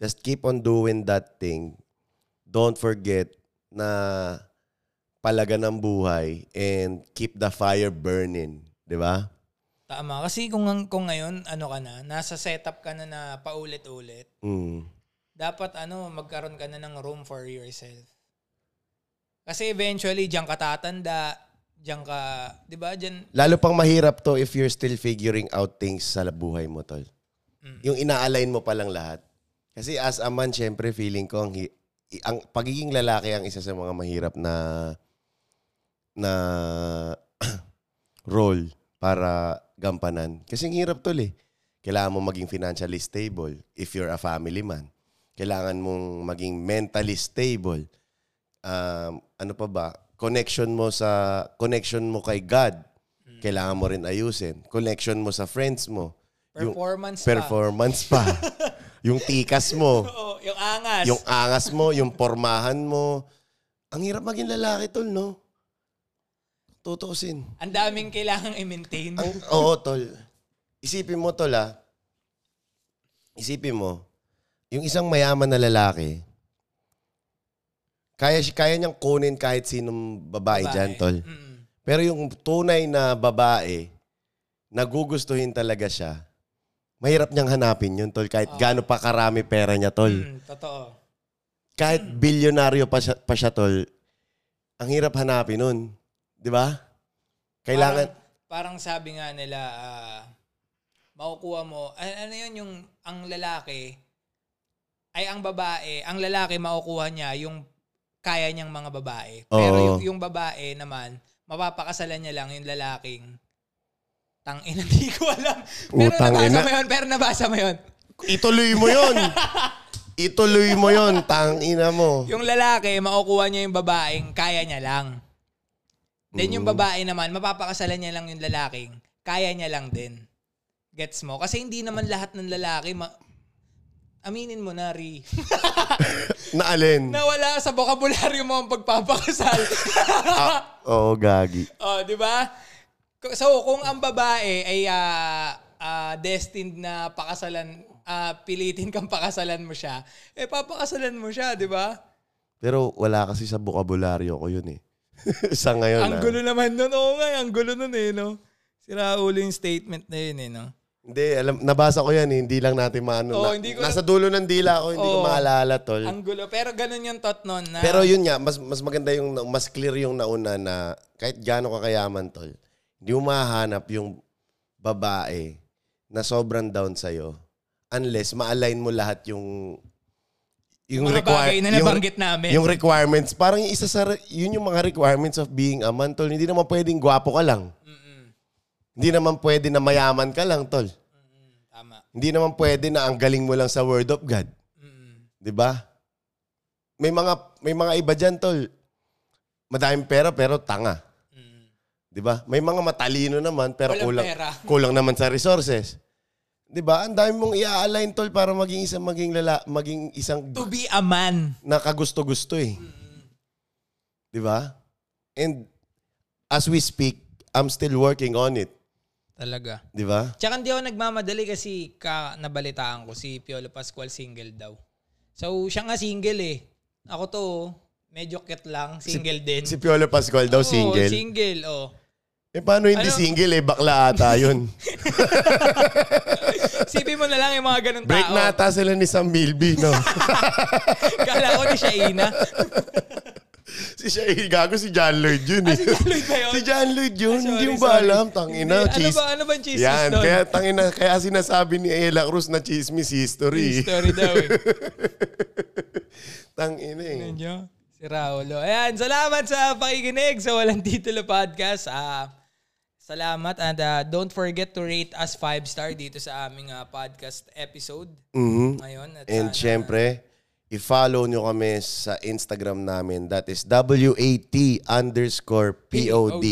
[SPEAKER 2] just keep on doing that thing. Don't forget na palaga ng buhay and keep the fire burning. Di ba?
[SPEAKER 1] Tama. Kasi kung, ang- kung ngayon, ano ka na, nasa setup ka na na paulit-ulit,
[SPEAKER 2] Mm.
[SPEAKER 1] dapat ano, magkaroon ka na ng room for yourself. Kasi eventually, diyan ka tatanda, diyan ka, di ba, diyan,
[SPEAKER 2] Lalo pang mahirap to if you're still figuring out things sa buhay mo, tol. Yung ina-align mo palang lahat. Kasi as a man, syempre feeling ko ang, hi- i- ang pagiging lalaki ang isa sa mga mahirap na na role para gampanan. Kasi ang hirap tol eh. Kailangan mo maging financially stable if you're a family man. Kailangan mong maging mentally stable. Um, ano pa ba? Connection mo sa connection mo kay God. Kailangan mo rin ayusin. Connection mo sa friends mo. Yung-
[SPEAKER 1] performance pa.
[SPEAKER 2] performance pa. yung tikas mo,
[SPEAKER 1] Oo, yung angas.
[SPEAKER 2] yung angas mo, yung pormahan mo. Ang hirap maging lalaki tol, no? Tutuusin.
[SPEAKER 1] Ang daming kailangang i-maintain.
[SPEAKER 2] Ang, oo, tol. Isipin mo, tol, ah. isipin mo, yung isang mayaman na lalaki, kaya, si- kaya niyang kunin kahit sinong babae,
[SPEAKER 1] Babae.
[SPEAKER 2] dyan, tol.
[SPEAKER 1] Mm.
[SPEAKER 2] Pero yung tunay na babae, nagugustuhin talaga siya, mahirap niyang hanapin yun, tol. Kahit gaano pa karami pera niya, tol.
[SPEAKER 1] Mm, totoo.
[SPEAKER 2] Kahit bilyonaryo pa siya, pa siya, tol, ang hirap hanapin nun. Di ba? Kailangan...
[SPEAKER 1] Parang, parang sabi nga nila, ah, makukuha mo, a- ano yun yung ang lalaki, ay ang babae, ang lalaki makukuha niya yung kaya niyang mga babae. Pero
[SPEAKER 2] Oo.
[SPEAKER 1] yung, yung babae naman, mapapakasalan niya lang yung lalaking tang ina, hindi ko alam. Pero
[SPEAKER 2] Utang
[SPEAKER 1] nabasa
[SPEAKER 2] ina.
[SPEAKER 1] mo yun, pero nabasa mo yun.
[SPEAKER 2] Ituloy mo yon. Ituloy mo yon, tangina mo.
[SPEAKER 1] Yung lalaki, makukuha niya yung babaeng kaya niya lang. Then yung babae naman, mapapakasalan niya lang yung lalaking, kaya niya lang din. Gets mo? Kasi hindi naman lahat ng lalaki, ma- aminin mo na, Ri,
[SPEAKER 2] Naalin.
[SPEAKER 1] nawala sa vocabulary mo ang pagpapakasal.
[SPEAKER 2] Oo, gagi.
[SPEAKER 1] oh, di ba? K- So, kung ang babae ay ah, ah, destined na pakasalan, ah, pilitin kang pakasalan mo siya, eh papakasalan mo siya, di ba?
[SPEAKER 2] Pero wala kasi sa bokabularyo ko yun eh. sa ngayon
[SPEAKER 1] Ang
[SPEAKER 2] ah.
[SPEAKER 1] gulo naman nun. Oo nga, ang gulo nun eh, no? Sira ulo yung statement na yun eh, no?
[SPEAKER 2] Hindi, alam, nabasa ko yan eh. Hindi lang natin maano.
[SPEAKER 1] Oo,
[SPEAKER 2] na-
[SPEAKER 1] hindi ko-
[SPEAKER 2] nasa dulo ng dila ko, hindi ko
[SPEAKER 1] Oo.
[SPEAKER 2] maalala tol.
[SPEAKER 1] Ang gulo. Pero ganun yung thought nun na...
[SPEAKER 2] Pero yun nga, mas, mas maganda yung, na- mas clear yung nauna na kahit gaano ka kayaman tol, hindi mo mahanap yung babae na sobrang down sa'yo unless ma-align mo lahat yung yung
[SPEAKER 1] Mga bagay na
[SPEAKER 2] yung-
[SPEAKER 1] nabanggit namin.
[SPEAKER 2] Yung requirements, parang yung isa sa, re- yun yung mga requirements of being a man, tol. Hindi naman pwedeng gwapo ka lang.
[SPEAKER 1] Mm-mm.
[SPEAKER 2] Hindi naman pwede na mayaman ka lang, tol.
[SPEAKER 1] Mm-mm. Tama.
[SPEAKER 2] Hindi naman pwede na ang galing mo lang sa word of God.
[SPEAKER 1] Mm-mm.
[SPEAKER 2] 'di ba? May mga may mga iba diyan tol. Madaming pera pero tanga,
[SPEAKER 1] Mm-mm.
[SPEAKER 2] 'di ba? May mga matalino naman pero
[SPEAKER 1] Walang
[SPEAKER 2] kulang
[SPEAKER 1] pera.
[SPEAKER 2] kulang naman sa resources. 'Di ba? Ang dami mong i-align tol para maging isang maging lala, maging isang
[SPEAKER 1] To be a man.
[SPEAKER 2] nakagusto-gusto eh.
[SPEAKER 1] Mm.
[SPEAKER 2] 'Di ba? And as we speak, I'm still working on it,
[SPEAKER 1] Talaga.
[SPEAKER 2] 'di ba?
[SPEAKER 1] Tsaka hindi ako nagmamadali kasi ka, nabalitaan ko si Piolo Pascual single daw. So, siya nga single eh. Ako to, medyo cute lang. Single din.
[SPEAKER 2] Si Piolo Pascual daw
[SPEAKER 1] Oo,
[SPEAKER 2] single.
[SPEAKER 1] single, oh.
[SPEAKER 2] eh paano hindi
[SPEAKER 1] Ano?
[SPEAKER 2] single eh? Bakla ata yun.
[SPEAKER 1] Sipin mo na lang yung mga ganun
[SPEAKER 2] Break
[SPEAKER 1] tao.
[SPEAKER 2] na ata sila ni Sam Milby, no?
[SPEAKER 1] Kala ko ni Shaina.
[SPEAKER 2] Si siya eh, gago si John Lloyd yun
[SPEAKER 1] Ah,
[SPEAKER 2] eh.
[SPEAKER 1] si John Lloyd ba yun?
[SPEAKER 2] Si John Lloyd yun,
[SPEAKER 1] Ah,
[SPEAKER 2] hindi
[SPEAKER 1] sorry,
[SPEAKER 2] mo ba
[SPEAKER 1] sorry.
[SPEAKER 2] alam? Tangina,
[SPEAKER 1] Hindi, Ano
[SPEAKER 2] cheese.
[SPEAKER 1] ba, ano ba ang chismis
[SPEAKER 2] Yan,
[SPEAKER 1] doon?
[SPEAKER 2] kaya tangina, kaya sinasabi ni Ella Cruz na chismis history.
[SPEAKER 1] Story daw eh.
[SPEAKER 2] Tangina eh.
[SPEAKER 1] Tingnan nyo. Si Raulo. Ayan, salamat sa pakikinig sa Walang Titulo Podcast. Ah, salamat and ah, don't forget to rate us 5 star dito sa aming ah, podcast episode
[SPEAKER 2] Mhm.
[SPEAKER 1] ngayon. At
[SPEAKER 2] And
[SPEAKER 1] sana-
[SPEAKER 2] syempre, i-follow nyo kami sa Instagram namin. That is WAT underscore POD.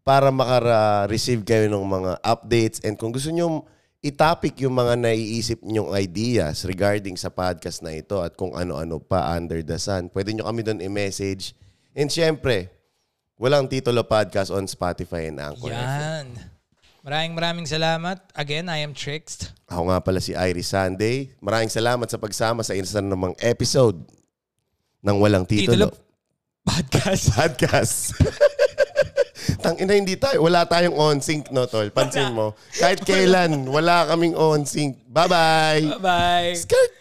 [SPEAKER 2] Para makara-receive kayo ng mga updates. And kung gusto nyo i-topic yung mga naiisip nyong ideas regarding sa podcast na ito at kung ano-ano pa under the sun, pwede nyo kami doon i-message. And syempre, walang titulo podcast on Spotify and Anchor.
[SPEAKER 1] Yan. Maraming maraming salamat. Again, I am Trixed.
[SPEAKER 2] Ako nga pala si Iris Sunday. Maraming salamat sa pagsama sa isa namang episode ng Walang
[SPEAKER 1] Titulo
[SPEAKER 2] Titulo,
[SPEAKER 1] Podcast.
[SPEAKER 2] Podcast. Tang ina, hindi tayo. Wala tayong on-sync, no, Tol? Pansin mo. Kahit kailan, wala kaming on-sync. Bye-bye!
[SPEAKER 1] Bye-bye.
[SPEAKER 2] Skirt!